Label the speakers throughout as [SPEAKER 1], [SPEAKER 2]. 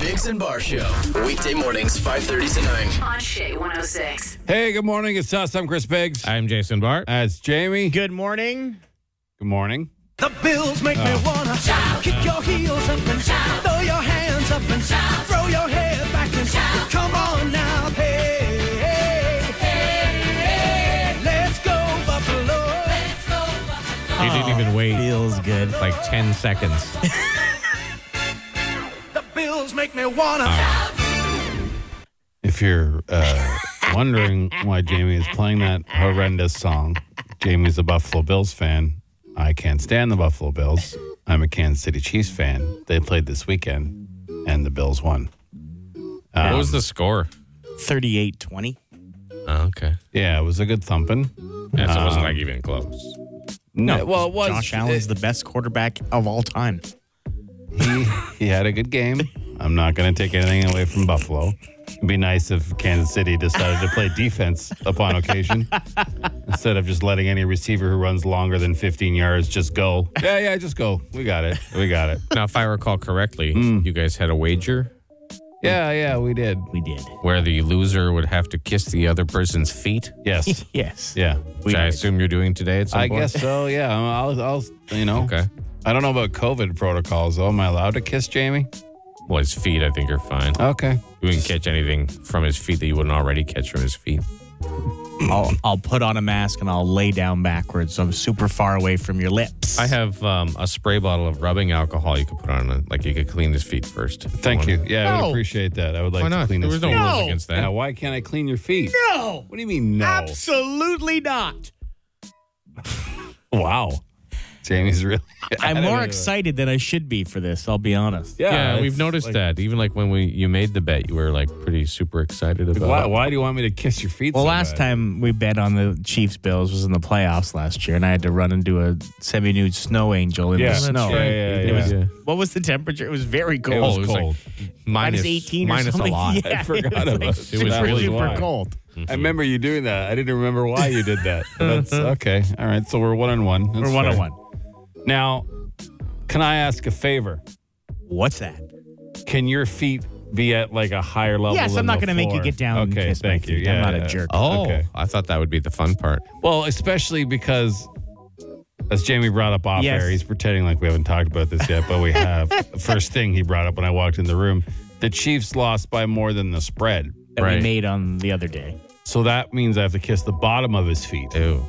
[SPEAKER 1] Biggs and Bar Show. Weekday mornings, 5.30 to 9.
[SPEAKER 2] On Shea 106.
[SPEAKER 3] Hey, good morning. It's us. I'm Chris Biggs.
[SPEAKER 4] I'm Jason Bart.
[SPEAKER 3] That's Jamie. Good
[SPEAKER 4] Good morning.
[SPEAKER 3] morning.
[SPEAKER 5] The bills make
[SPEAKER 4] Oh.
[SPEAKER 5] me wanna kick your heels up and throw your hands up and throw your head back and come on now, hey, hey, hey, let's go Buffalo.
[SPEAKER 4] You didn't even wait. Feels good. Like 10 seconds.
[SPEAKER 5] The bills make me wanna.
[SPEAKER 4] Ah,
[SPEAKER 3] If you're uh, wondering why Jamie is playing that horrendous song, Jamie's a Buffalo Bills fan. I can't stand the Buffalo Bills. I'm a Kansas City Chiefs fan. They played this weekend, and the Bills won. Um,
[SPEAKER 4] what was the score?
[SPEAKER 6] 38 20.
[SPEAKER 4] Oh, okay.
[SPEAKER 3] Yeah, it was a good thumping. Um,
[SPEAKER 4] Yeah, so it wasn't like even close.
[SPEAKER 3] No, well, it was.
[SPEAKER 6] Josh Allen's the best quarterback of all time.
[SPEAKER 3] he, he had a good game. I'm not going to take anything away from Buffalo. It'd be nice if Kansas City decided to play defense upon occasion instead of just letting any receiver who runs longer than 15 yards just go. Yeah, yeah, just go. We got it. We got it.
[SPEAKER 4] Now, if I recall correctly,
[SPEAKER 5] Hmm.
[SPEAKER 4] you guys had a wager
[SPEAKER 3] Yeah, yeah, we did.
[SPEAKER 6] We did.
[SPEAKER 4] where the loser would have to kiss the other person's feet,
[SPEAKER 3] Yes.
[SPEAKER 6] Yes.
[SPEAKER 3] Yeah.
[SPEAKER 4] which I assume you're doing today at some
[SPEAKER 3] I
[SPEAKER 4] point.
[SPEAKER 3] guess so. Yeah. I'll, I'll, you know.
[SPEAKER 4] Okay.
[SPEAKER 3] I don't know about COVID protocols, though. Am I allowed to kiss Jamie?
[SPEAKER 4] Well, his feet, I think, are fine.
[SPEAKER 3] Okay.
[SPEAKER 4] You wouldn't catch anything from his feet that you wouldn't already catch from his feet.
[SPEAKER 6] I'll, I'll put on a mask and I'll lay down backwards so I'm super far away from your lips.
[SPEAKER 4] I have um, a spray bottle of rubbing alcohol you could put on it. Like, you could clean his feet first. if
[SPEAKER 3] Thank you.
[SPEAKER 4] wanted.
[SPEAKER 3] Yeah, I would
[SPEAKER 6] No.
[SPEAKER 3] appreciate that. I would like
[SPEAKER 4] Why
[SPEAKER 3] to
[SPEAKER 4] not?
[SPEAKER 3] clean
[SPEAKER 4] There
[SPEAKER 3] his
[SPEAKER 4] was no
[SPEAKER 3] feet.
[SPEAKER 4] rules against that.
[SPEAKER 3] Yeah, why can't I clean your feet?
[SPEAKER 6] No.
[SPEAKER 3] What do you mean, no?
[SPEAKER 6] Absolutely not.
[SPEAKER 3] Wow. Jamie's really.
[SPEAKER 6] I'm more excited than I should be for this, I'll be honest.
[SPEAKER 4] Yeah, we've
[SPEAKER 3] it's
[SPEAKER 4] noticed
[SPEAKER 3] like,
[SPEAKER 4] that. Even like when we you made the bet, you were like pretty super excited about
[SPEAKER 3] Why,
[SPEAKER 4] it.
[SPEAKER 3] why do you want me to kiss your feet?
[SPEAKER 6] Well,
[SPEAKER 3] so
[SPEAKER 6] last
[SPEAKER 3] bad?
[SPEAKER 6] time we bet on the Chiefs Bills was in the playoffs last year, and I had to run into a semi-nude snow angel in
[SPEAKER 3] Yeah,
[SPEAKER 6] the
[SPEAKER 3] that's
[SPEAKER 6] snow.
[SPEAKER 3] right. Yeah, yeah,
[SPEAKER 6] It was-
[SPEAKER 4] yeah.
[SPEAKER 6] What was the temperature? It was very cold.
[SPEAKER 3] it was,
[SPEAKER 4] Oh, it was like-
[SPEAKER 3] cold.
[SPEAKER 6] minus, 18 or
[SPEAKER 4] minus
[SPEAKER 6] something.
[SPEAKER 4] a lot.
[SPEAKER 6] Yeah,
[SPEAKER 3] I forgot
[SPEAKER 6] it was
[SPEAKER 3] about
[SPEAKER 6] like
[SPEAKER 3] it. It
[SPEAKER 4] was
[SPEAKER 6] super,
[SPEAKER 4] really
[SPEAKER 6] super
[SPEAKER 3] wide.
[SPEAKER 6] cold.
[SPEAKER 3] I remember you doing that. I didn't remember why you did that. That's okay. All right. So we're one on one. That's
[SPEAKER 6] We're one on
[SPEAKER 3] fair.
[SPEAKER 6] one.
[SPEAKER 4] oh
[SPEAKER 3] Now, can I ask a favor?
[SPEAKER 6] What's that?
[SPEAKER 3] Can your feet be at like a higher level?
[SPEAKER 6] Yes,
[SPEAKER 3] than
[SPEAKER 6] I'm not
[SPEAKER 3] the
[SPEAKER 6] going to make you
[SPEAKER 3] floor?
[SPEAKER 6] get down
[SPEAKER 3] Okay,
[SPEAKER 6] and kiss
[SPEAKER 3] thank
[SPEAKER 6] my
[SPEAKER 3] you.
[SPEAKER 6] feet.
[SPEAKER 3] Yeah,
[SPEAKER 6] I'm not
[SPEAKER 3] yeah.
[SPEAKER 6] a jerk.
[SPEAKER 4] Oh,
[SPEAKER 3] Okay.
[SPEAKER 4] I thought that would be the fun part.
[SPEAKER 3] Well, especially because, as Jamie brought up off
[SPEAKER 6] Yes.
[SPEAKER 3] air, he's pretending like we haven't talked about this yet, but we have. First thing he brought up when I walked in the room, the Chiefs lost by more than the spread.
[SPEAKER 6] That
[SPEAKER 4] Right.
[SPEAKER 6] we made on the other day.
[SPEAKER 3] So that means I have to kiss the bottom of his feet.
[SPEAKER 4] Ew.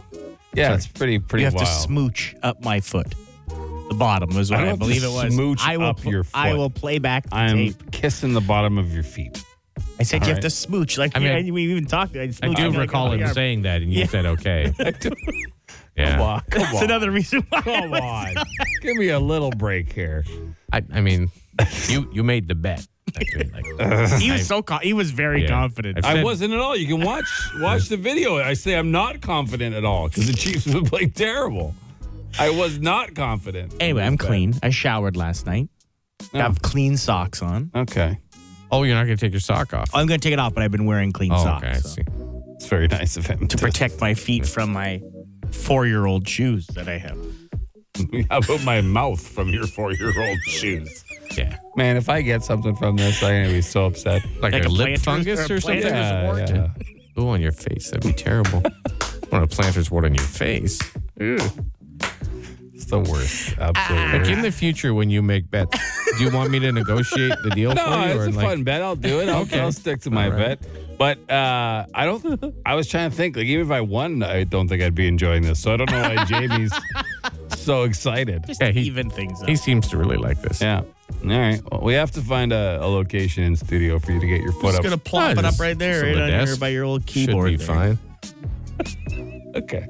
[SPEAKER 3] Yeah, it's pretty pretty
[SPEAKER 6] You have to
[SPEAKER 3] wild.
[SPEAKER 6] smooch up my foot. The bottom was
[SPEAKER 3] I
[SPEAKER 6] what
[SPEAKER 3] don't
[SPEAKER 6] I,
[SPEAKER 3] have to
[SPEAKER 6] believe it was.
[SPEAKER 3] smooch
[SPEAKER 6] I will
[SPEAKER 3] up your
[SPEAKER 6] I
[SPEAKER 3] foot.
[SPEAKER 6] will play back the
[SPEAKER 3] I'm
[SPEAKER 6] tape.
[SPEAKER 3] kissing the bottom of your feet.
[SPEAKER 6] I said you
[SPEAKER 3] right.
[SPEAKER 6] have to smooch. Like
[SPEAKER 4] I mean,
[SPEAKER 6] yeah, we even talked. I,
[SPEAKER 4] I do recall him saying that, and you said okay. yeah.
[SPEAKER 3] come
[SPEAKER 6] That's another reason why.
[SPEAKER 3] Come on. Give me a little break here.
[SPEAKER 4] I, I mean, you you made the bet. I feel like.
[SPEAKER 6] He was so co- he was very
[SPEAKER 4] Yeah.
[SPEAKER 6] confident.
[SPEAKER 4] I-
[SPEAKER 3] I
[SPEAKER 4] Said-
[SPEAKER 3] wasn't at all. You can watch watch the video. I say I'm not confident at all because the Chiefs would play terrible. I was not confident.
[SPEAKER 6] anyway, I'm clean. I showered last night.
[SPEAKER 3] Oh.
[SPEAKER 6] I have clean socks on.
[SPEAKER 3] Okay.
[SPEAKER 4] Oh, you're not gonna take your sock off.
[SPEAKER 6] I'm going to take it off, but I've been wearing clean
[SPEAKER 4] Oh,
[SPEAKER 6] socks
[SPEAKER 4] okay. I
[SPEAKER 6] so-
[SPEAKER 4] see.
[SPEAKER 3] It's very nice of him
[SPEAKER 6] to protect my feet from my four-year-old shoes that I have.
[SPEAKER 3] How about my mouth from your four year old shoes?
[SPEAKER 4] Yeah.
[SPEAKER 3] Man, if I get something from this, I'm gonna be so upset.
[SPEAKER 4] Like,
[SPEAKER 6] Like
[SPEAKER 4] a,
[SPEAKER 6] a
[SPEAKER 4] lip
[SPEAKER 6] planter's-
[SPEAKER 4] fungus
[SPEAKER 6] or a
[SPEAKER 4] or, something.
[SPEAKER 6] planter's
[SPEAKER 3] Yeah, wart? yeah.
[SPEAKER 4] Ooh, on your face. That'd be terrible. what a planter's wart on your face.
[SPEAKER 3] It's the worst. Absolutely.
[SPEAKER 4] Like in the future, when you make bets, do you want me to negotiate the deal
[SPEAKER 3] No,
[SPEAKER 4] for you?
[SPEAKER 3] Oh, it's a
[SPEAKER 4] like,
[SPEAKER 3] fun bet. I'll do it. I'll, I'll stick to my
[SPEAKER 4] All
[SPEAKER 3] bet.
[SPEAKER 4] right.
[SPEAKER 3] But uh, I don't. I was trying to think. Like even if I won, I don't think I'd be enjoying this. So I don't know why Jamie's so excited.
[SPEAKER 4] Yeah, he-
[SPEAKER 6] even things up.
[SPEAKER 4] He seems to really like this.
[SPEAKER 3] Yeah. All right. Well, we have to find a, a location in studio for you to get your foot
[SPEAKER 6] just
[SPEAKER 3] up.
[SPEAKER 6] gonna plop it
[SPEAKER 4] Yeah,
[SPEAKER 6] up
[SPEAKER 4] just-
[SPEAKER 6] right there,
[SPEAKER 4] just on
[SPEAKER 6] right
[SPEAKER 4] the
[SPEAKER 6] under
[SPEAKER 4] desk.
[SPEAKER 6] by your old keyboard.
[SPEAKER 4] Keyboard Should be
[SPEAKER 6] there.
[SPEAKER 4] fine.
[SPEAKER 3] Okay.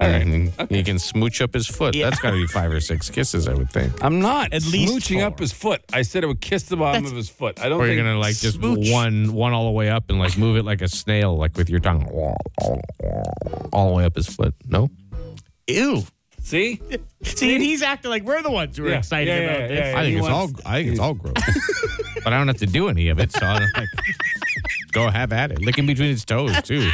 [SPEAKER 3] All right.
[SPEAKER 4] And he can smooch up his foot.
[SPEAKER 6] Yeah.
[SPEAKER 4] That's got to be five or six kisses, I would think.
[SPEAKER 3] I'm not
[SPEAKER 6] At least
[SPEAKER 3] smooching up
[SPEAKER 6] four.
[SPEAKER 3] his foot. I said I would kiss the bottom of his foot. I don't
[SPEAKER 4] Or
[SPEAKER 3] think
[SPEAKER 4] you're gonna like just
[SPEAKER 6] smooch.
[SPEAKER 4] one one all the way up and like move it like a snail, like with your tongue all the way up his foot. No,
[SPEAKER 6] Ew.
[SPEAKER 3] see.
[SPEAKER 6] See, and he's acting like we're the ones who are
[SPEAKER 3] Yeah,
[SPEAKER 6] excited
[SPEAKER 3] yeah,
[SPEAKER 6] about
[SPEAKER 3] yeah,
[SPEAKER 6] this.
[SPEAKER 3] yeah, yeah.
[SPEAKER 4] I think
[SPEAKER 3] he
[SPEAKER 4] it's all
[SPEAKER 3] wants-
[SPEAKER 4] I think it's all gross, but I don't have to do any of it. So I'm like, go have at it. Licking between his toes too.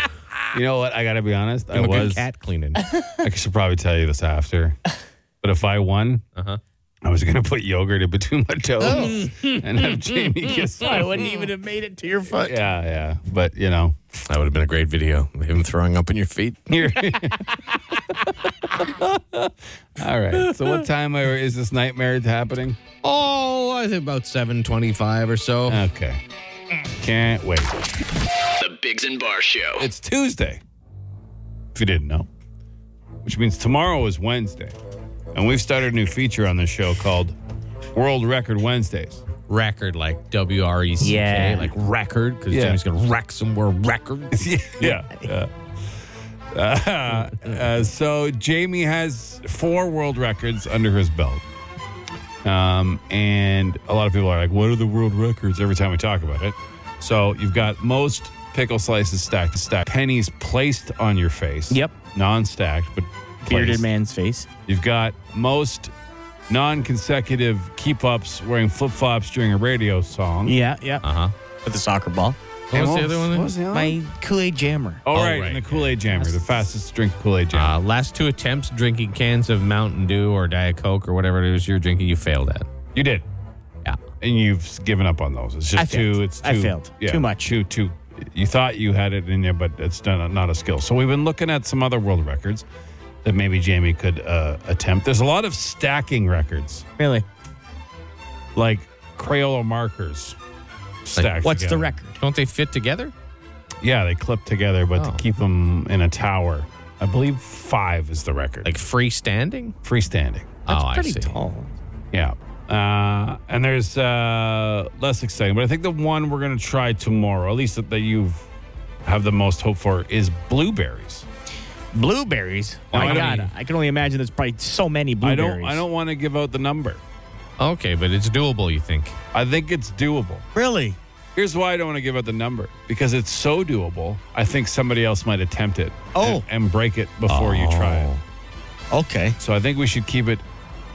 [SPEAKER 3] You know what? I gotta be honest. I
[SPEAKER 4] I'm a good
[SPEAKER 3] was.
[SPEAKER 4] cat cleaning.
[SPEAKER 3] I should probably tell you this after. But if I won, I was going to put yogurt in between my toes and have Jamie kiss
[SPEAKER 6] I
[SPEAKER 3] my
[SPEAKER 6] wouldn't
[SPEAKER 4] Hmm.
[SPEAKER 6] even have made it to your foot.
[SPEAKER 3] Yeah, yeah. But, you know,
[SPEAKER 4] That would have been a great video. Him throwing up in your feet.
[SPEAKER 3] here. All right. So, what time are- is this nightmare happening?
[SPEAKER 4] Oh, I think about seven twenty-five or so.
[SPEAKER 3] Okay. Can't wait.
[SPEAKER 1] The Bigs and Bar Show.
[SPEAKER 3] It's Tuesday, if you didn't know, which means tomorrow is Wednesday. And we've started a new feature on this show called World Record Wednesdays.
[SPEAKER 4] record like W R E C K,
[SPEAKER 6] Yeah.
[SPEAKER 4] like record because
[SPEAKER 3] Yeah.
[SPEAKER 4] Jimmy's gonna wreck some more records.
[SPEAKER 3] yeah. yeah. Uh, uh, so Jamie has four world records under his belt. Um, and a lot of people are like, what are the world records every time we talk about it? So you've got most pickle slices stacked to stack, pennies placed on your face.
[SPEAKER 6] Yep.
[SPEAKER 3] Non stacked, but
[SPEAKER 6] Bearded
[SPEAKER 3] placed.
[SPEAKER 6] man's face.
[SPEAKER 3] You've got most non consecutive keep ups wearing flip flops during a radio song.
[SPEAKER 6] Yeah, yeah.
[SPEAKER 4] Uh huh.
[SPEAKER 6] With the soccer ball.
[SPEAKER 4] What
[SPEAKER 3] And
[SPEAKER 4] was the other one?
[SPEAKER 3] What was the other one?
[SPEAKER 6] My Kool Aid jammer.
[SPEAKER 3] Oh,
[SPEAKER 4] Oh,
[SPEAKER 3] right,
[SPEAKER 4] right,
[SPEAKER 3] and the
[SPEAKER 4] yeah.
[SPEAKER 3] Kool Aid Jammer, the fastest drink Kool Aid Jammer.
[SPEAKER 4] Uh, last two attempts drinking cans of Mountain Dew or Diet Coke or whatever it is you're drinking, you failed at.
[SPEAKER 3] You did.
[SPEAKER 4] Yeah.
[SPEAKER 3] And you've given up on those. It's just
[SPEAKER 6] I failed.
[SPEAKER 3] too. It's too.
[SPEAKER 6] I failed. Too much.
[SPEAKER 3] Too. Too. You thought you had it in you, but it's not, not a skill. So we've been looking at some other world records that maybe Jamie could uh, attempt. There's a lot of stacking records,
[SPEAKER 6] Really?
[SPEAKER 3] like Crayola markers. Stacked
[SPEAKER 6] What's the
[SPEAKER 3] together.
[SPEAKER 6] record?
[SPEAKER 4] Don't they fit together?
[SPEAKER 3] Yeah, they clip together, but to
[SPEAKER 4] Oh.
[SPEAKER 3] keep them in a tower, I believe five is the record.
[SPEAKER 4] Like freestanding?
[SPEAKER 3] freestanding.
[SPEAKER 4] oh, I
[SPEAKER 6] Pretty
[SPEAKER 4] see.
[SPEAKER 6] tall.
[SPEAKER 3] Yeah. Uh, and there's uh, less exciting, but I think the one we're going to try tomorrow, at least that, that you have the most hope for, is blueberries.
[SPEAKER 6] Blueberries. Oh
[SPEAKER 3] No,
[SPEAKER 6] my
[SPEAKER 3] I
[SPEAKER 6] god!
[SPEAKER 3] mean-
[SPEAKER 6] I can only imagine there's probably so many
[SPEAKER 3] I
[SPEAKER 6] blueberries.
[SPEAKER 3] don't. I don't want to give out the number.
[SPEAKER 4] Okay, but it's doable, you think?
[SPEAKER 3] I think it's doable.
[SPEAKER 6] really.
[SPEAKER 3] Here's why I don't want to give out the number because it's so doable. I think somebody else might attempt it.
[SPEAKER 6] Oh.
[SPEAKER 3] and, and break it before you try it.
[SPEAKER 6] Okay.
[SPEAKER 3] So I think we should keep it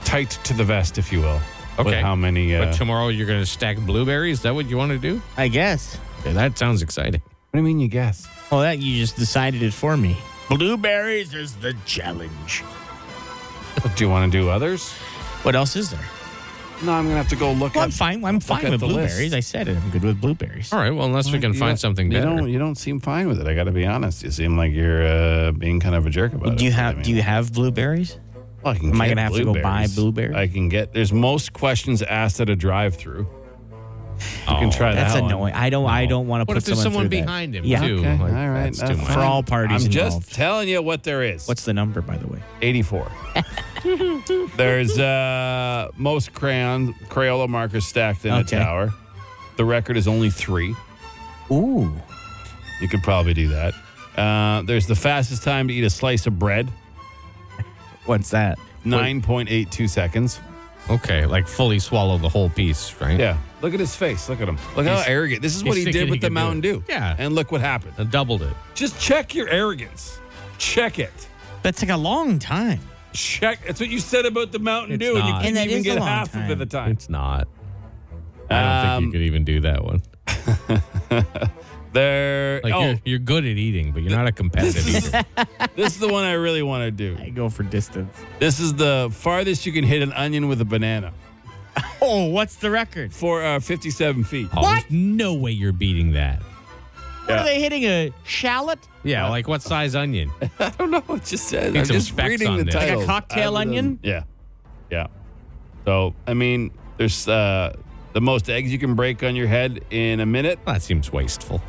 [SPEAKER 3] tight to the vest, if you will. with
[SPEAKER 4] Okay.
[SPEAKER 3] how many? Uh,
[SPEAKER 4] But tomorrow you're going to stack blueberries? Is that what you want to do?
[SPEAKER 6] I guess.
[SPEAKER 4] Okay, that sounds exciting.
[SPEAKER 3] what do you mean? You guess?
[SPEAKER 6] Well, Oh, that you just decided it for me. Blueberries is the challenge.
[SPEAKER 3] do you want to do others?
[SPEAKER 6] What else is there?
[SPEAKER 3] No, I'm gonna have to go look.
[SPEAKER 6] Well, I'm
[SPEAKER 3] up-
[SPEAKER 6] fine. I'm fine
[SPEAKER 3] at
[SPEAKER 6] with
[SPEAKER 3] the list.
[SPEAKER 6] blueberries. I said it. I'm good with blueberries.
[SPEAKER 4] All right, well, unless we can
[SPEAKER 3] You
[SPEAKER 4] find
[SPEAKER 3] don't-
[SPEAKER 4] something
[SPEAKER 3] you
[SPEAKER 4] better.
[SPEAKER 3] Don't, you don't seem fine with it. I got to be honest. You seem like you're uh, being kind of a jerk about it.
[SPEAKER 6] Do you
[SPEAKER 3] but I
[SPEAKER 6] have
[SPEAKER 3] mean,
[SPEAKER 6] Do you have blueberries?
[SPEAKER 3] well, I can
[SPEAKER 6] am I
[SPEAKER 3] get
[SPEAKER 6] gonna have to go buy blueberries?
[SPEAKER 3] I can get. There's most questions asked at a drive-through. You
[SPEAKER 4] Oh,
[SPEAKER 3] can try
[SPEAKER 6] That's
[SPEAKER 3] that. one.
[SPEAKER 6] annoying. I don't. I don't want to
[SPEAKER 4] What
[SPEAKER 6] put
[SPEAKER 4] if there's
[SPEAKER 6] someone,
[SPEAKER 4] someone
[SPEAKER 6] through that.
[SPEAKER 4] behind him,
[SPEAKER 6] Yeah.
[SPEAKER 4] too?
[SPEAKER 3] Okay,
[SPEAKER 4] Like,
[SPEAKER 3] all right,
[SPEAKER 4] That's too
[SPEAKER 3] that's
[SPEAKER 4] much.
[SPEAKER 3] fine.
[SPEAKER 6] For all parties
[SPEAKER 3] I'm
[SPEAKER 6] involved.
[SPEAKER 3] just telling you what there is.
[SPEAKER 6] What's the number, by the way?
[SPEAKER 3] 84? there's uh, most crayon Crayola markers stacked in
[SPEAKER 6] Okay.
[SPEAKER 3] a tower. The record is only three.
[SPEAKER 6] Ooh.
[SPEAKER 3] You could probably do that. Uh, there's the fastest time to eat a slice of bread.
[SPEAKER 6] What's that?
[SPEAKER 3] 9.82 seconds.
[SPEAKER 4] Okay, like fully swallow the whole piece, right?
[SPEAKER 3] Yeah. Look at his face. Look at him. Look how
[SPEAKER 4] He's-
[SPEAKER 3] arrogant. This is
[SPEAKER 4] he's
[SPEAKER 3] what he
[SPEAKER 4] thinking
[SPEAKER 3] did
[SPEAKER 4] he
[SPEAKER 3] with the
[SPEAKER 4] can do
[SPEAKER 3] Mountain
[SPEAKER 4] it.
[SPEAKER 3] Dew.
[SPEAKER 4] Yeah.
[SPEAKER 3] And look what happened.
[SPEAKER 4] I Uh, doubled it.
[SPEAKER 3] Just check your arrogance. Check it.
[SPEAKER 6] That took a long time.
[SPEAKER 3] Check. That's what you said about the Mountain
[SPEAKER 4] It's
[SPEAKER 3] Dew, and you
[SPEAKER 4] not.
[SPEAKER 3] couldn't
[SPEAKER 6] And that
[SPEAKER 3] even
[SPEAKER 6] is a
[SPEAKER 3] get
[SPEAKER 6] long
[SPEAKER 3] half of
[SPEAKER 6] time.
[SPEAKER 3] it at the time.
[SPEAKER 4] It's not. I don't
[SPEAKER 3] Um,
[SPEAKER 4] think you could even do that one.
[SPEAKER 3] There.
[SPEAKER 4] Like
[SPEAKER 3] oh,
[SPEAKER 4] you're, you're good at eating, but you're not a competitive
[SPEAKER 3] this is-
[SPEAKER 4] eater.
[SPEAKER 3] this is the one I really want to do.
[SPEAKER 6] I go for distance.
[SPEAKER 3] This is the farthest you can hit an onion with a banana
[SPEAKER 6] Oh, what's the record?
[SPEAKER 3] for uh, 57 feet.
[SPEAKER 4] Oh, there's no way you're beating that.
[SPEAKER 6] What are they hitting? A shallot?
[SPEAKER 4] Yeah, like what size onion?
[SPEAKER 3] I don't know what just said.
[SPEAKER 4] Need
[SPEAKER 3] I'm
[SPEAKER 4] some
[SPEAKER 3] just
[SPEAKER 4] specs
[SPEAKER 3] reading
[SPEAKER 4] on
[SPEAKER 3] the
[SPEAKER 4] this. Like a
[SPEAKER 3] title.
[SPEAKER 6] cocktail onion?
[SPEAKER 3] Yeah, yeah. So I mean, there's uh, the most eggs you can break on your head in a minute.
[SPEAKER 4] Well, that seems wasteful.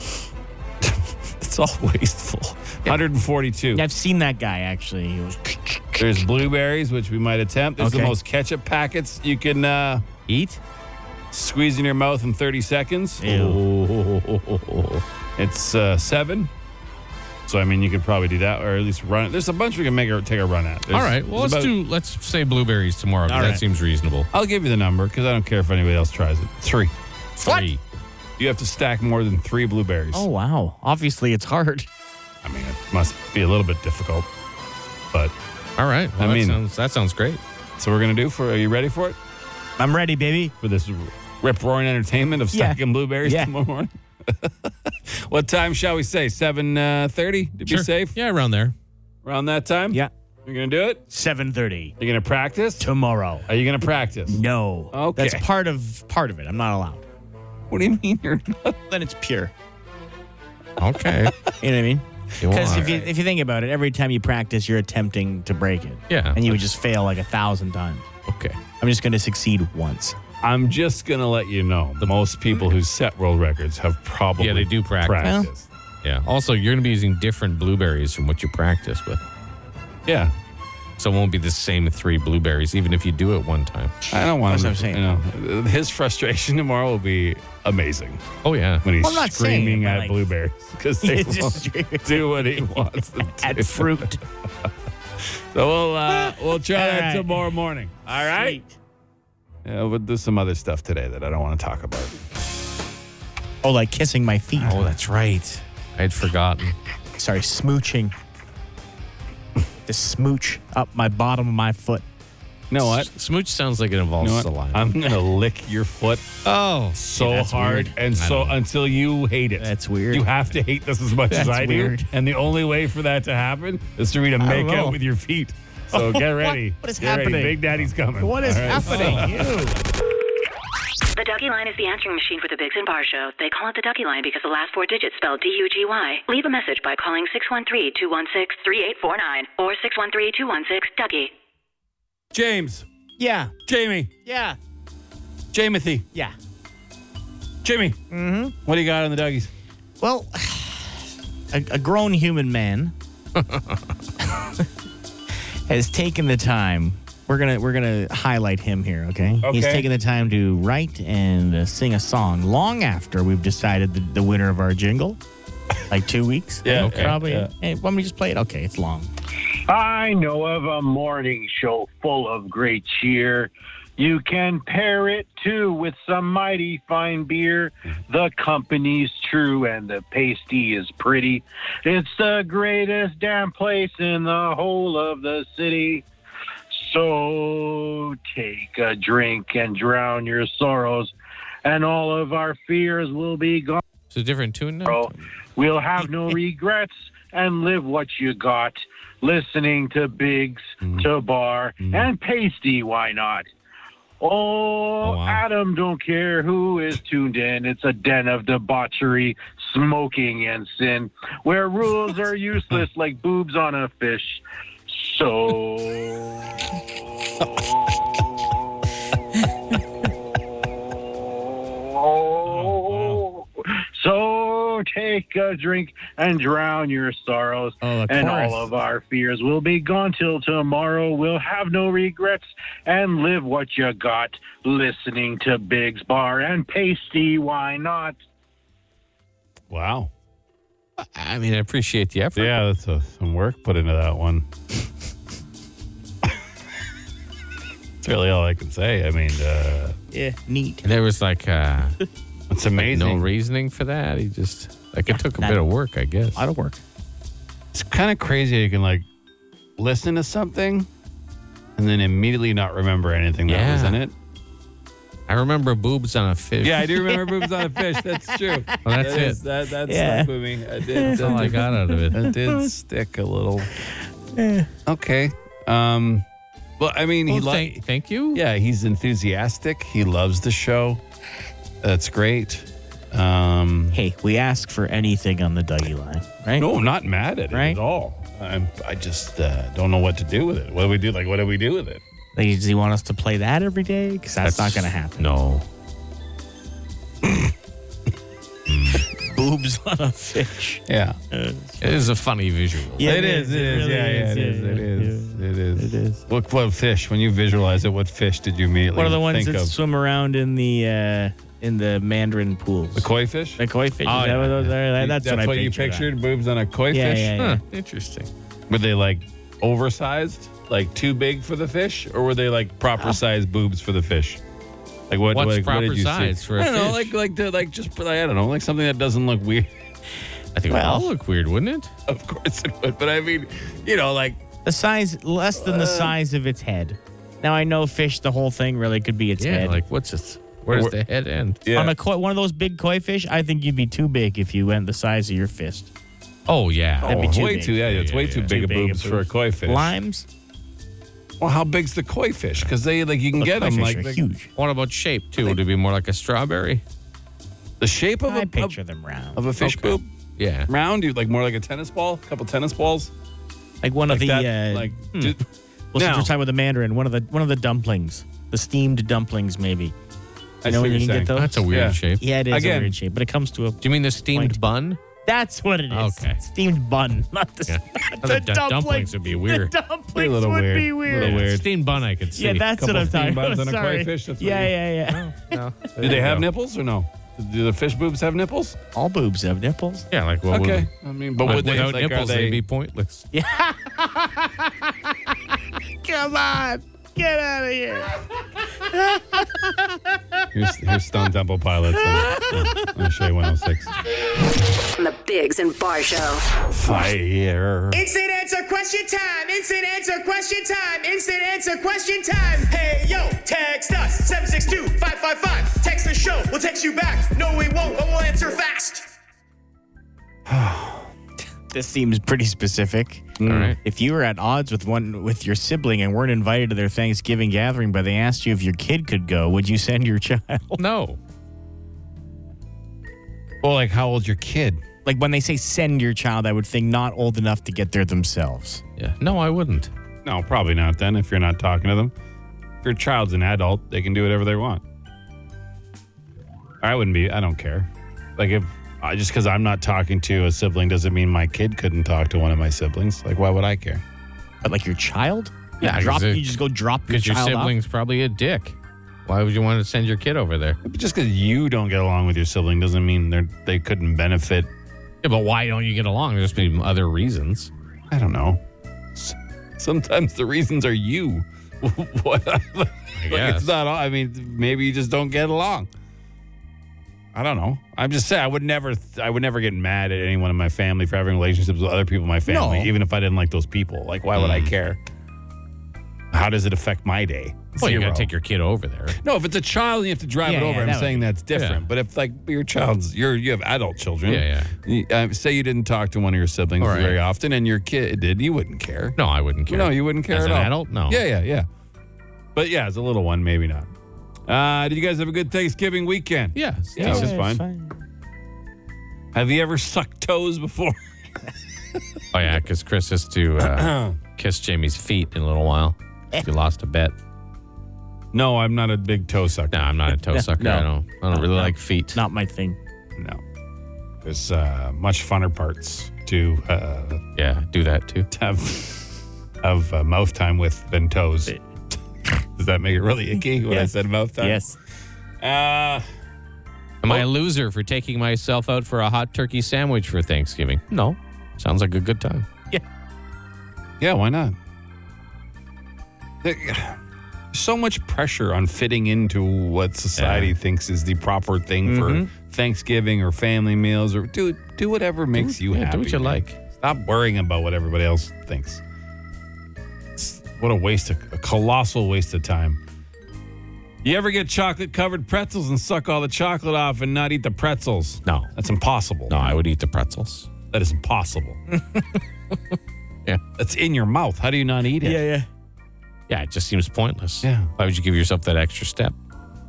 [SPEAKER 3] It's all wasteful. 142.
[SPEAKER 6] I've seen that guy actually. He was
[SPEAKER 3] There's blueberries, which we might attempt. There's the
[SPEAKER 6] Okay.
[SPEAKER 3] most ketchup packets you can uh,
[SPEAKER 4] Eat?
[SPEAKER 3] squeeze in your mouth in 30 seconds.
[SPEAKER 4] Ew.
[SPEAKER 3] It's uh, seven. So I mean, you could probably do that, or at least run. it. There's a bunch we can make or take a run at. There's-
[SPEAKER 4] All right. Well,
[SPEAKER 3] there's
[SPEAKER 4] let's
[SPEAKER 3] about-
[SPEAKER 4] do. Let's say blueberries tomorrow. 'cause
[SPEAKER 6] All
[SPEAKER 4] That
[SPEAKER 6] right.
[SPEAKER 4] seems reasonable.
[SPEAKER 3] I'll give you the number because I don't care if anybody else tries it. Three.
[SPEAKER 4] Three.
[SPEAKER 3] You have to stack more than three blueberries.
[SPEAKER 6] Oh wow! Obviously, it's hard.
[SPEAKER 3] I mean, it must be a little bit difficult. But
[SPEAKER 4] All right. Well,
[SPEAKER 3] I
[SPEAKER 4] that
[SPEAKER 3] mean-
[SPEAKER 4] sounds, that sounds great.
[SPEAKER 3] so we're gonna do for. Are you ready for it?
[SPEAKER 6] I'm ready, baby.
[SPEAKER 3] For this rip roaring entertainment of
[SPEAKER 6] Yeah.
[SPEAKER 3] stacking blueberries
[SPEAKER 6] Yeah.
[SPEAKER 3] tomorrow morning. what time shall we say? Seven uh, thirty to be
[SPEAKER 4] Sure.
[SPEAKER 3] safe.
[SPEAKER 4] Yeah, around there.
[SPEAKER 3] Around that time.
[SPEAKER 6] Yeah.
[SPEAKER 3] You're going to do it?
[SPEAKER 6] 7:30
[SPEAKER 3] You're going to practice?
[SPEAKER 6] tomorrow.
[SPEAKER 3] Are you going to practice?
[SPEAKER 6] No.
[SPEAKER 3] Okay.
[SPEAKER 6] That's part of part of it. I'm not allowed.
[SPEAKER 3] What do you mean you're not?
[SPEAKER 6] Then it's pure.
[SPEAKER 4] Okay.
[SPEAKER 6] You know what I mean?
[SPEAKER 4] You
[SPEAKER 6] Because
[SPEAKER 4] are.
[SPEAKER 6] if you if you think about it, every time you practice, you're attempting to break it.
[SPEAKER 4] Yeah.
[SPEAKER 6] And you would just fail like a thousand times.
[SPEAKER 4] Okay.
[SPEAKER 6] I'm just going to succeed once.
[SPEAKER 3] I'm just going to let you know the most people who set world records have probably
[SPEAKER 4] Yeah, they do practice.
[SPEAKER 3] practiced.
[SPEAKER 4] Yeah. Also, you're going to be using different blueberries from what you practice with.
[SPEAKER 3] Yeah.
[SPEAKER 4] So it won't be the same three blueberries, even if you do it one time.
[SPEAKER 3] I don't want
[SPEAKER 6] That's
[SPEAKER 3] him.
[SPEAKER 6] what
[SPEAKER 3] You know, his frustration tomorrow will be amazing
[SPEAKER 4] Oh, yeah.
[SPEAKER 3] when he's
[SPEAKER 6] Well, I'm not saying,
[SPEAKER 3] screaming
[SPEAKER 6] but
[SPEAKER 3] at
[SPEAKER 6] like-
[SPEAKER 3] blueberries because they
[SPEAKER 6] Just
[SPEAKER 3] won't do what he wants them to.
[SPEAKER 6] Add fruit.
[SPEAKER 3] So we'll uh, we'll try
[SPEAKER 6] All
[SPEAKER 3] that
[SPEAKER 6] right.
[SPEAKER 3] tomorrow morning. All right.
[SPEAKER 6] Sweet.
[SPEAKER 3] Yeah, we'll do some other stuff today that I don't want to talk about.
[SPEAKER 6] Oh, like kissing my feet.
[SPEAKER 4] Oh, that's right. I had forgotten.
[SPEAKER 6] Sorry, smooching. the smooch up my bottom of my foot.
[SPEAKER 3] You know what?
[SPEAKER 4] S- Smooch sounds like it involves
[SPEAKER 3] You know what?
[SPEAKER 4] saliva.
[SPEAKER 3] I'm gonna lick your foot
[SPEAKER 4] oh,
[SPEAKER 3] so
[SPEAKER 6] that's
[SPEAKER 3] hard
[SPEAKER 6] weird.
[SPEAKER 3] and
[SPEAKER 4] I
[SPEAKER 3] so
[SPEAKER 4] don't know.
[SPEAKER 3] until you hate it.
[SPEAKER 6] That's weird.
[SPEAKER 3] You have to hate this as much as
[SPEAKER 6] That's
[SPEAKER 3] I do,
[SPEAKER 6] weird.
[SPEAKER 3] and the only way for that to happen is for me to make
[SPEAKER 6] know.
[SPEAKER 3] out with your feet. So get ready.
[SPEAKER 6] What is
[SPEAKER 3] Get ready.
[SPEAKER 6] happening?
[SPEAKER 3] Big Daddy's coming.
[SPEAKER 6] What is
[SPEAKER 3] All right.
[SPEAKER 6] happening? You.
[SPEAKER 2] The Ducky Line is the answering machine for the Biggs and Bar Show. They call it the Ducky Line because the last four digits spell D U G Y. Leave a message by calling 613 216 3849 or 613 216 Ducky.
[SPEAKER 3] James,
[SPEAKER 6] Yeah.
[SPEAKER 3] Jamie,
[SPEAKER 6] Yeah.
[SPEAKER 3] Jamothy,
[SPEAKER 6] Yeah.
[SPEAKER 3] Jimmy. Mm-hmm. What do you got on the doggies?
[SPEAKER 6] Well, a, a grown human man has taken the time. We're gonna we're gonna highlight him here, okay? He's
[SPEAKER 3] Okay.
[SPEAKER 6] taken the time to write and uh, sing a song long after we've decided the, the winner of our jingle, like two weeks.
[SPEAKER 3] Yeah,
[SPEAKER 6] I think,
[SPEAKER 3] okay,
[SPEAKER 6] probably.
[SPEAKER 3] yeah.
[SPEAKER 6] Hey, let me just play it. Okay, it's long.
[SPEAKER 7] I know of a morning show full of great cheer. You can pair it too with some mighty fine beer. The company's true and the pasty is pretty. It's the greatest damn place in the whole of the city. So take a drink and drown your sorrows, and all of our fears will be gone.
[SPEAKER 4] It's a different tune now.
[SPEAKER 7] Bro, We'll have no regrets and live what you got. Listening to Biggs, to Bar, and Pasty, why not? Oh,
[SPEAKER 4] wow.
[SPEAKER 7] Adam, don't care who is tuned in. It's a den of debauchery, smoking, and sin, where rules are useless like boobs on a fish. So. So take a drink and drown your sorrows,
[SPEAKER 6] Oh, of
[SPEAKER 7] and
[SPEAKER 6] course.
[SPEAKER 7] all of our fears will be gone till tomorrow. We'll have no regrets and live what you got. Listening to Big's Bar and Pasty, why not?
[SPEAKER 3] Wow.
[SPEAKER 4] I mean, I appreciate the effort.
[SPEAKER 3] Yeah, that's a, some work put into that one. That's really all I can say. I mean, uh,
[SPEAKER 6] Yeah, neat.
[SPEAKER 4] There was like uh,
[SPEAKER 3] it's
[SPEAKER 4] no
[SPEAKER 3] amazing.
[SPEAKER 4] reasoning for that. He just, like, it took a
[SPEAKER 6] that-
[SPEAKER 4] bit of work, I guess.
[SPEAKER 6] A lot of work.
[SPEAKER 3] it's kind of crazy. You can like listen to something and then immediately not remember anything that was
[SPEAKER 4] Yeah.
[SPEAKER 3] in it.
[SPEAKER 4] I remember boobs on a fish.
[SPEAKER 3] Yeah, I do remember boobs on a fish. That's true.
[SPEAKER 4] Well, that's
[SPEAKER 3] That is-
[SPEAKER 4] it.
[SPEAKER 3] That, that
[SPEAKER 6] Yeah.
[SPEAKER 3] stuck with me. I did.
[SPEAKER 4] That's all I got out of it.
[SPEAKER 3] That did stick a little. Okay. Um. Well, I mean, he
[SPEAKER 4] Well,
[SPEAKER 3] liked.
[SPEAKER 4] thank, thank you.
[SPEAKER 3] Yeah, he's enthusiastic. He loves the show. That's great. Um,
[SPEAKER 6] Hey, we ask for anything on the Dougie line, right?
[SPEAKER 3] no, I'm not mad at it
[SPEAKER 6] Right?
[SPEAKER 3] at all. I'm, I just uh, don't know what to do with it. What do we do? Like, what do we do with it?
[SPEAKER 6] Like, does he want us to play that every day? Because that's, not going to happen.
[SPEAKER 4] No.
[SPEAKER 6] Boobs on a fish.
[SPEAKER 3] Yeah,
[SPEAKER 4] It is a funny visual.
[SPEAKER 3] it is. It is. Yeah, yeah, it is. It is. It is.
[SPEAKER 6] It is.
[SPEAKER 3] What, what fish? When you visualize it, what fish did you immediately
[SPEAKER 6] What are the ones
[SPEAKER 3] think
[SPEAKER 6] that
[SPEAKER 3] of?
[SPEAKER 6] swim around in the uh, in the Mandarin pools?
[SPEAKER 3] The koi fish.
[SPEAKER 6] The koi fish.
[SPEAKER 4] Oh,
[SPEAKER 6] is that
[SPEAKER 4] yeah,
[SPEAKER 6] what those are? That- That's,
[SPEAKER 3] That's
[SPEAKER 6] what, I
[SPEAKER 3] you
[SPEAKER 6] picture that.
[SPEAKER 3] pictured. Boobs on a koi
[SPEAKER 6] Yeah,
[SPEAKER 3] fish.
[SPEAKER 6] yeah,
[SPEAKER 4] Huh, interesting.
[SPEAKER 3] Were they like oversized, like too big for the fish, or were they like
[SPEAKER 6] Ah.
[SPEAKER 3] proper sized boobs for the fish? Like what?
[SPEAKER 4] What's
[SPEAKER 3] like, what
[SPEAKER 4] proper
[SPEAKER 3] did you
[SPEAKER 4] size
[SPEAKER 3] see?
[SPEAKER 4] for a
[SPEAKER 3] I don't know, like
[SPEAKER 4] fish?
[SPEAKER 3] like the, like just like, I don't know, like something that doesn't look weird.
[SPEAKER 4] I think
[SPEAKER 6] Well-
[SPEAKER 4] it would all look weird, wouldn't it?
[SPEAKER 3] of course it would, but I mean, you know, like
[SPEAKER 6] The size less than
[SPEAKER 3] Uh.
[SPEAKER 6] the size of its head. Now I know fish. The whole thing really could be its
[SPEAKER 4] Yeah.
[SPEAKER 6] head.
[SPEAKER 4] Like, what's this? Where's
[SPEAKER 3] Or-
[SPEAKER 4] the head end?
[SPEAKER 3] yeah,
[SPEAKER 6] On a koi, one of those big koi fish, I think you'd be too big if you went the size of your fist.
[SPEAKER 4] Oh yeah.
[SPEAKER 6] That'd be
[SPEAKER 3] Oh,
[SPEAKER 6] too
[SPEAKER 3] way
[SPEAKER 6] big.
[SPEAKER 3] too, yeah, it's way too big
[SPEAKER 6] Too
[SPEAKER 3] of
[SPEAKER 6] big of
[SPEAKER 3] boobs for a
[SPEAKER 6] boobs.
[SPEAKER 3] koi fish.
[SPEAKER 6] Limes?
[SPEAKER 3] Well, how big's the koi fish? Because they like you can get
[SPEAKER 6] koi
[SPEAKER 3] them
[SPEAKER 6] fish
[SPEAKER 3] like
[SPEAKER 6] are
[SPEAKER 3] the,
[SPEAKER 6] huge.
[SPEAKER 4] What about shape too? Would it be more like a strawberry?
[SPEAKER 3] the shape of
[SPEAKER 6] I
[SPEAKER 3] a
[SPEAKER 6] picture
[SPEAKER 3] of,
[SPEAKER 6] them round.
[SPEAKER 3] of a fish
[SPEAKER 4] Okay.
[SPEAKER 3] boob.
[SPEAKER 4] Yeah.
[SPEAKER 3] Round, you like more like a tennis ball, a couple tennis balls.
[SPEAKER 6] Like one of the
[SPEAKER 3] That,
[SPEAKER 6] uh,
[SPEAKER 3] like
[SPEAKER 6] hmm.
[SPEAKER 3] dude,
[SPEAKER 6] well, since
[SPEAKER 3] now-
[SPEAKER 6] we're talking about the Mandarin, one of the one of the dumplings, the steamed dumplings, maybe.
[SPEAKER 3] I see
[SPEAKER 6] You know
[SPEAKER 3] what
[SPEAKER 6] when you can
[SPEAKER 3] you're
[SPEAKER 6] get
[SPEAKER 3] saying.
[SPEAKER 6] those.
[SPEAKER 4] That's a weird
[SPEAKER 3] Yeah.
[SPEAKER 4] shape. Do
[SPEAKER 6] yeah, it is
[SPEAKER 3] Again.
[SPEAKER 6] a weird shape, but it comes to a.
[SPEAKER 4] you mean the steamed
[SPEAKER 6] Point.
[SPEAKER 4] bun?
[SPEAKER 6] That's what it is.
[SPEAKER 4] Okay.
[SPEAKER 6] Steamed bun, not the, not
[SPEAKER 4] The
[SPEAKER 6] the,
[SPEAKER 4] d-
[SPEAKER 6] dumpling.
[SPEAKER 4] dumplings would be weird.
[SPEAKER 6] The dumplings
[SPEAKER 3] A little
[SPEAKER 6] would
[SPEAKER 3] weird.
[SPEAKER 6] be weird.
[SPEAKER 3] Little weird.
[SPEAKER 4] Steamed bun, I could see.
[SPEAKER 6] Yeah, that's what
[SPEAKER 3] Couple
[SPEAKER 6] I'm talking
[SPEAKER 3] steamed buns
[SPEAKER 6] about.
[SPEAKER 3] and a koi
[SPEAKER 6] Sorry.
[SPEAKER 3] fish, that's what
[SPEAKER 6] yeah,
[SPEAKER 3] you-
[SPEAKER 6] yeah, yeah.
[SPEAKER 4] No.
[SPEAKER 3] Do they have
[SPEAKER 4] nipples?
[SPEAKER 3] nipples or no? Do the fish boobs have nipples?
[SPEAKER 6] All boobs have nipples.
[SPEAKER 4] Yeah, like what would
[SPEAKER 3] okay,
[SPEAKER 4] we-
[SPEAKER 3] I mean, but
[SPEAKER 4] like,
[SPEAKER 3] would they
[SPEAKER 4] without
[SPEAKER 3] like, are
[SPEAKER 4] nipples,
[SPEAKER 3] they-
[SPEAKER 4] would be pointless.
[SPEAKER 6] Come on, get out of here.
[SPEAKER 3] Here's, here's Stone Temple Pilots on, on Shea 106.
[SPEAKER 2] The Biggs and Bar Show.
[SPEAKER 3] Fire.
[SPEAKER 8] Instant answer question time. Instant answer question time. Instant answer question time. Hey, yo, text us 762 555. Text the show. We'll text you back. No, we won't, but we'll answer fast.
[SPEAKER 6] This seems pretty specific. Hmm.
[SPEAKER 4] All right.
[SPEAKER 6] If you were at odds with one with your sibling and weren't invited to their Thanksgiving gathering, but they asked you if your kid could go, would you send your child?
[SPEAKER 4] No.
[SPEAKER 3] Well, like how old's your kid?
[SPEAKER 6] Like when they say send your child, I would think not old enough to get there themselves.
[SPEAKER 4] Yeah. No, I wouldn't.
[SPEAKER 3] No, probably not then if you're not talking to them. If your child's an adult, they can do whatever they want. I wouldn't be, I don't care. Like if, I just because I'm not talking to a sibling doesn't mean my kid couldn't talk to one of my siblings. Like, why would I care?
[SPEAKER 6] But like your child, you,
[SPEAKER 4] Yeah,
[SPEAKER 6] drop,
[SPEAKER 4] 'cause it-
[SPEAKER 6] you just go drop your
[SPEAKER 4] Because your
[SPEAKER 6] child off?
[SPEAKER 4] sibling's probably a dick. Why would you want to send your kid over there?
[SPEAKER 3] Just because you don't get along with your sibling doesn't mean they're, they couldn't benefit.
[SPEAKER 4] Yeah, but why don't you get along? There's been other reasons.
[SPEAKER 3] I don't know. S- Sometimes the reasons are you. what? like,
[SPEAKER 4] guess.
[SPEAKER 3] it's not, all- I mean, maybe you just don't get along. I don't know. I'm just saying I would never I would never get mad at anyone in my family for having relationships with other people in my family,
[SPEAKER 6] No.
[SPEAKER 3] even if I didn't like those people. Like why would I care? How does it affect my day?
[SPEAKER 4] Well, you
[SPEAKER 3] Zero.
[SPEAKER 4] gotta take your kid over there.
[SPEAKER 3] No, if it's a child and you have to drive
[SPEAKER 6] Yeah,
[SPEAKER 3] it over,
[SPEAKER 6] yeah,
[SPEAKER 3] I'm
[SPEAKER 6] that would
[SPEAKER 3] saying that's different.
[SPEAKER 4] yeah.
[SPEAKER 3] But if like your child's you're you have adult children.
[SPEAKER 4] Yeah,
[SPEAKER 3] yeah. Uh, say you didn't talk to one of your siblings
[SPEAKER 4] All right.
[SPEAKER 3] very often and your kid did, you wouldn't care.
[SPEAKER 4] No, I wouldn't care.
[SPEAKER 3] No, you wouldn't care
[SPEAKER 4] As
[SPEAKER 3] at
[SPEAKER 4] an
[SPEAKER 3] all.
[SPEAKER 4] adult? No.
[SPEAKER 3] Yeah, yeah, yeah. But yeah, as a little one, maybe not. Uh, did you guys have a good Thanksgiving weekend?
[SPEAKER 4] Yeah.
[SPEAKER 3] Yeah,
[SPEAKER 4] Steve.
[SPEAKER 3] it's fine. Have you ever sucked toes before?
[SPEAKER 4] Oh yeah, because Chris has to uh, kiss Jamie's feet in a little while.
[SPEAKER 3] Eh.
[SPEAKER 4] He lost a bet.
[SPEAKER 3] no, I'm not a big toe sucker.
[SPEAKER 4] No, I'm not a toe sucker.
[SPEAKER 6] no.
[SPEAKER 4] I don't. I don't really like feet.
[SPEAKER 6] Not my thing.
[SPEAKER 3] No. There's uh, much funner parts to uh,
[SPEAKER 4] Yeah, do that too.
[SPEAKER 3] have of uh, mouth time with than toes. Does that make it really icky when I
[SPEAKER 6] Yeah.
[SPEAKER 3] said mouth time?
[SPEAKER 6] Yes.
[SPEAKER 3] Uh,
[SPEAKER 4] Am I a loser for taking myself out for a hot turkey sandwich for Thanksgiving? No. Sounds like a good time.
[SPEAKER 3] yeah, why not? There- so much pressure on fitting into what society thinks is the proper thing
[SPEAKER 4] Mm-hmm.
[SPEAKER 3] for Thanksgiving or family meals or do do whatever makes you
[SPEAKER 4] yeah,
[SPEAKER 3] happy.
[SPEAKER 4] do what you
[SPEAKER 3] man.
[SPEAKER 4] like.
[SPEAKER 3] Stop worrying about what everybody else thinks. It's- what a waste, of, a colossal waste of time. You ever get chocolate covered pretzels and suck all the chocolate off and not eat the pretzels?
[SPEAKER 4] No.
[SPEAKER 3] That's impossible.
[SPEAKER 4] No, I would eat the pretzels.
[SPEAKER 3] That is impossible.
[SPEAKER 4] Yeah.
[SPEAKER 3] That's in your mouth. How do you not eat it?
[SPEAKER 6] yeah.
[SPEAKER 4] Yeah, it just seems pointless.
[SPEAKER 3] Yeah.
[SPEAKER 4] Why would you give yourself that extra step?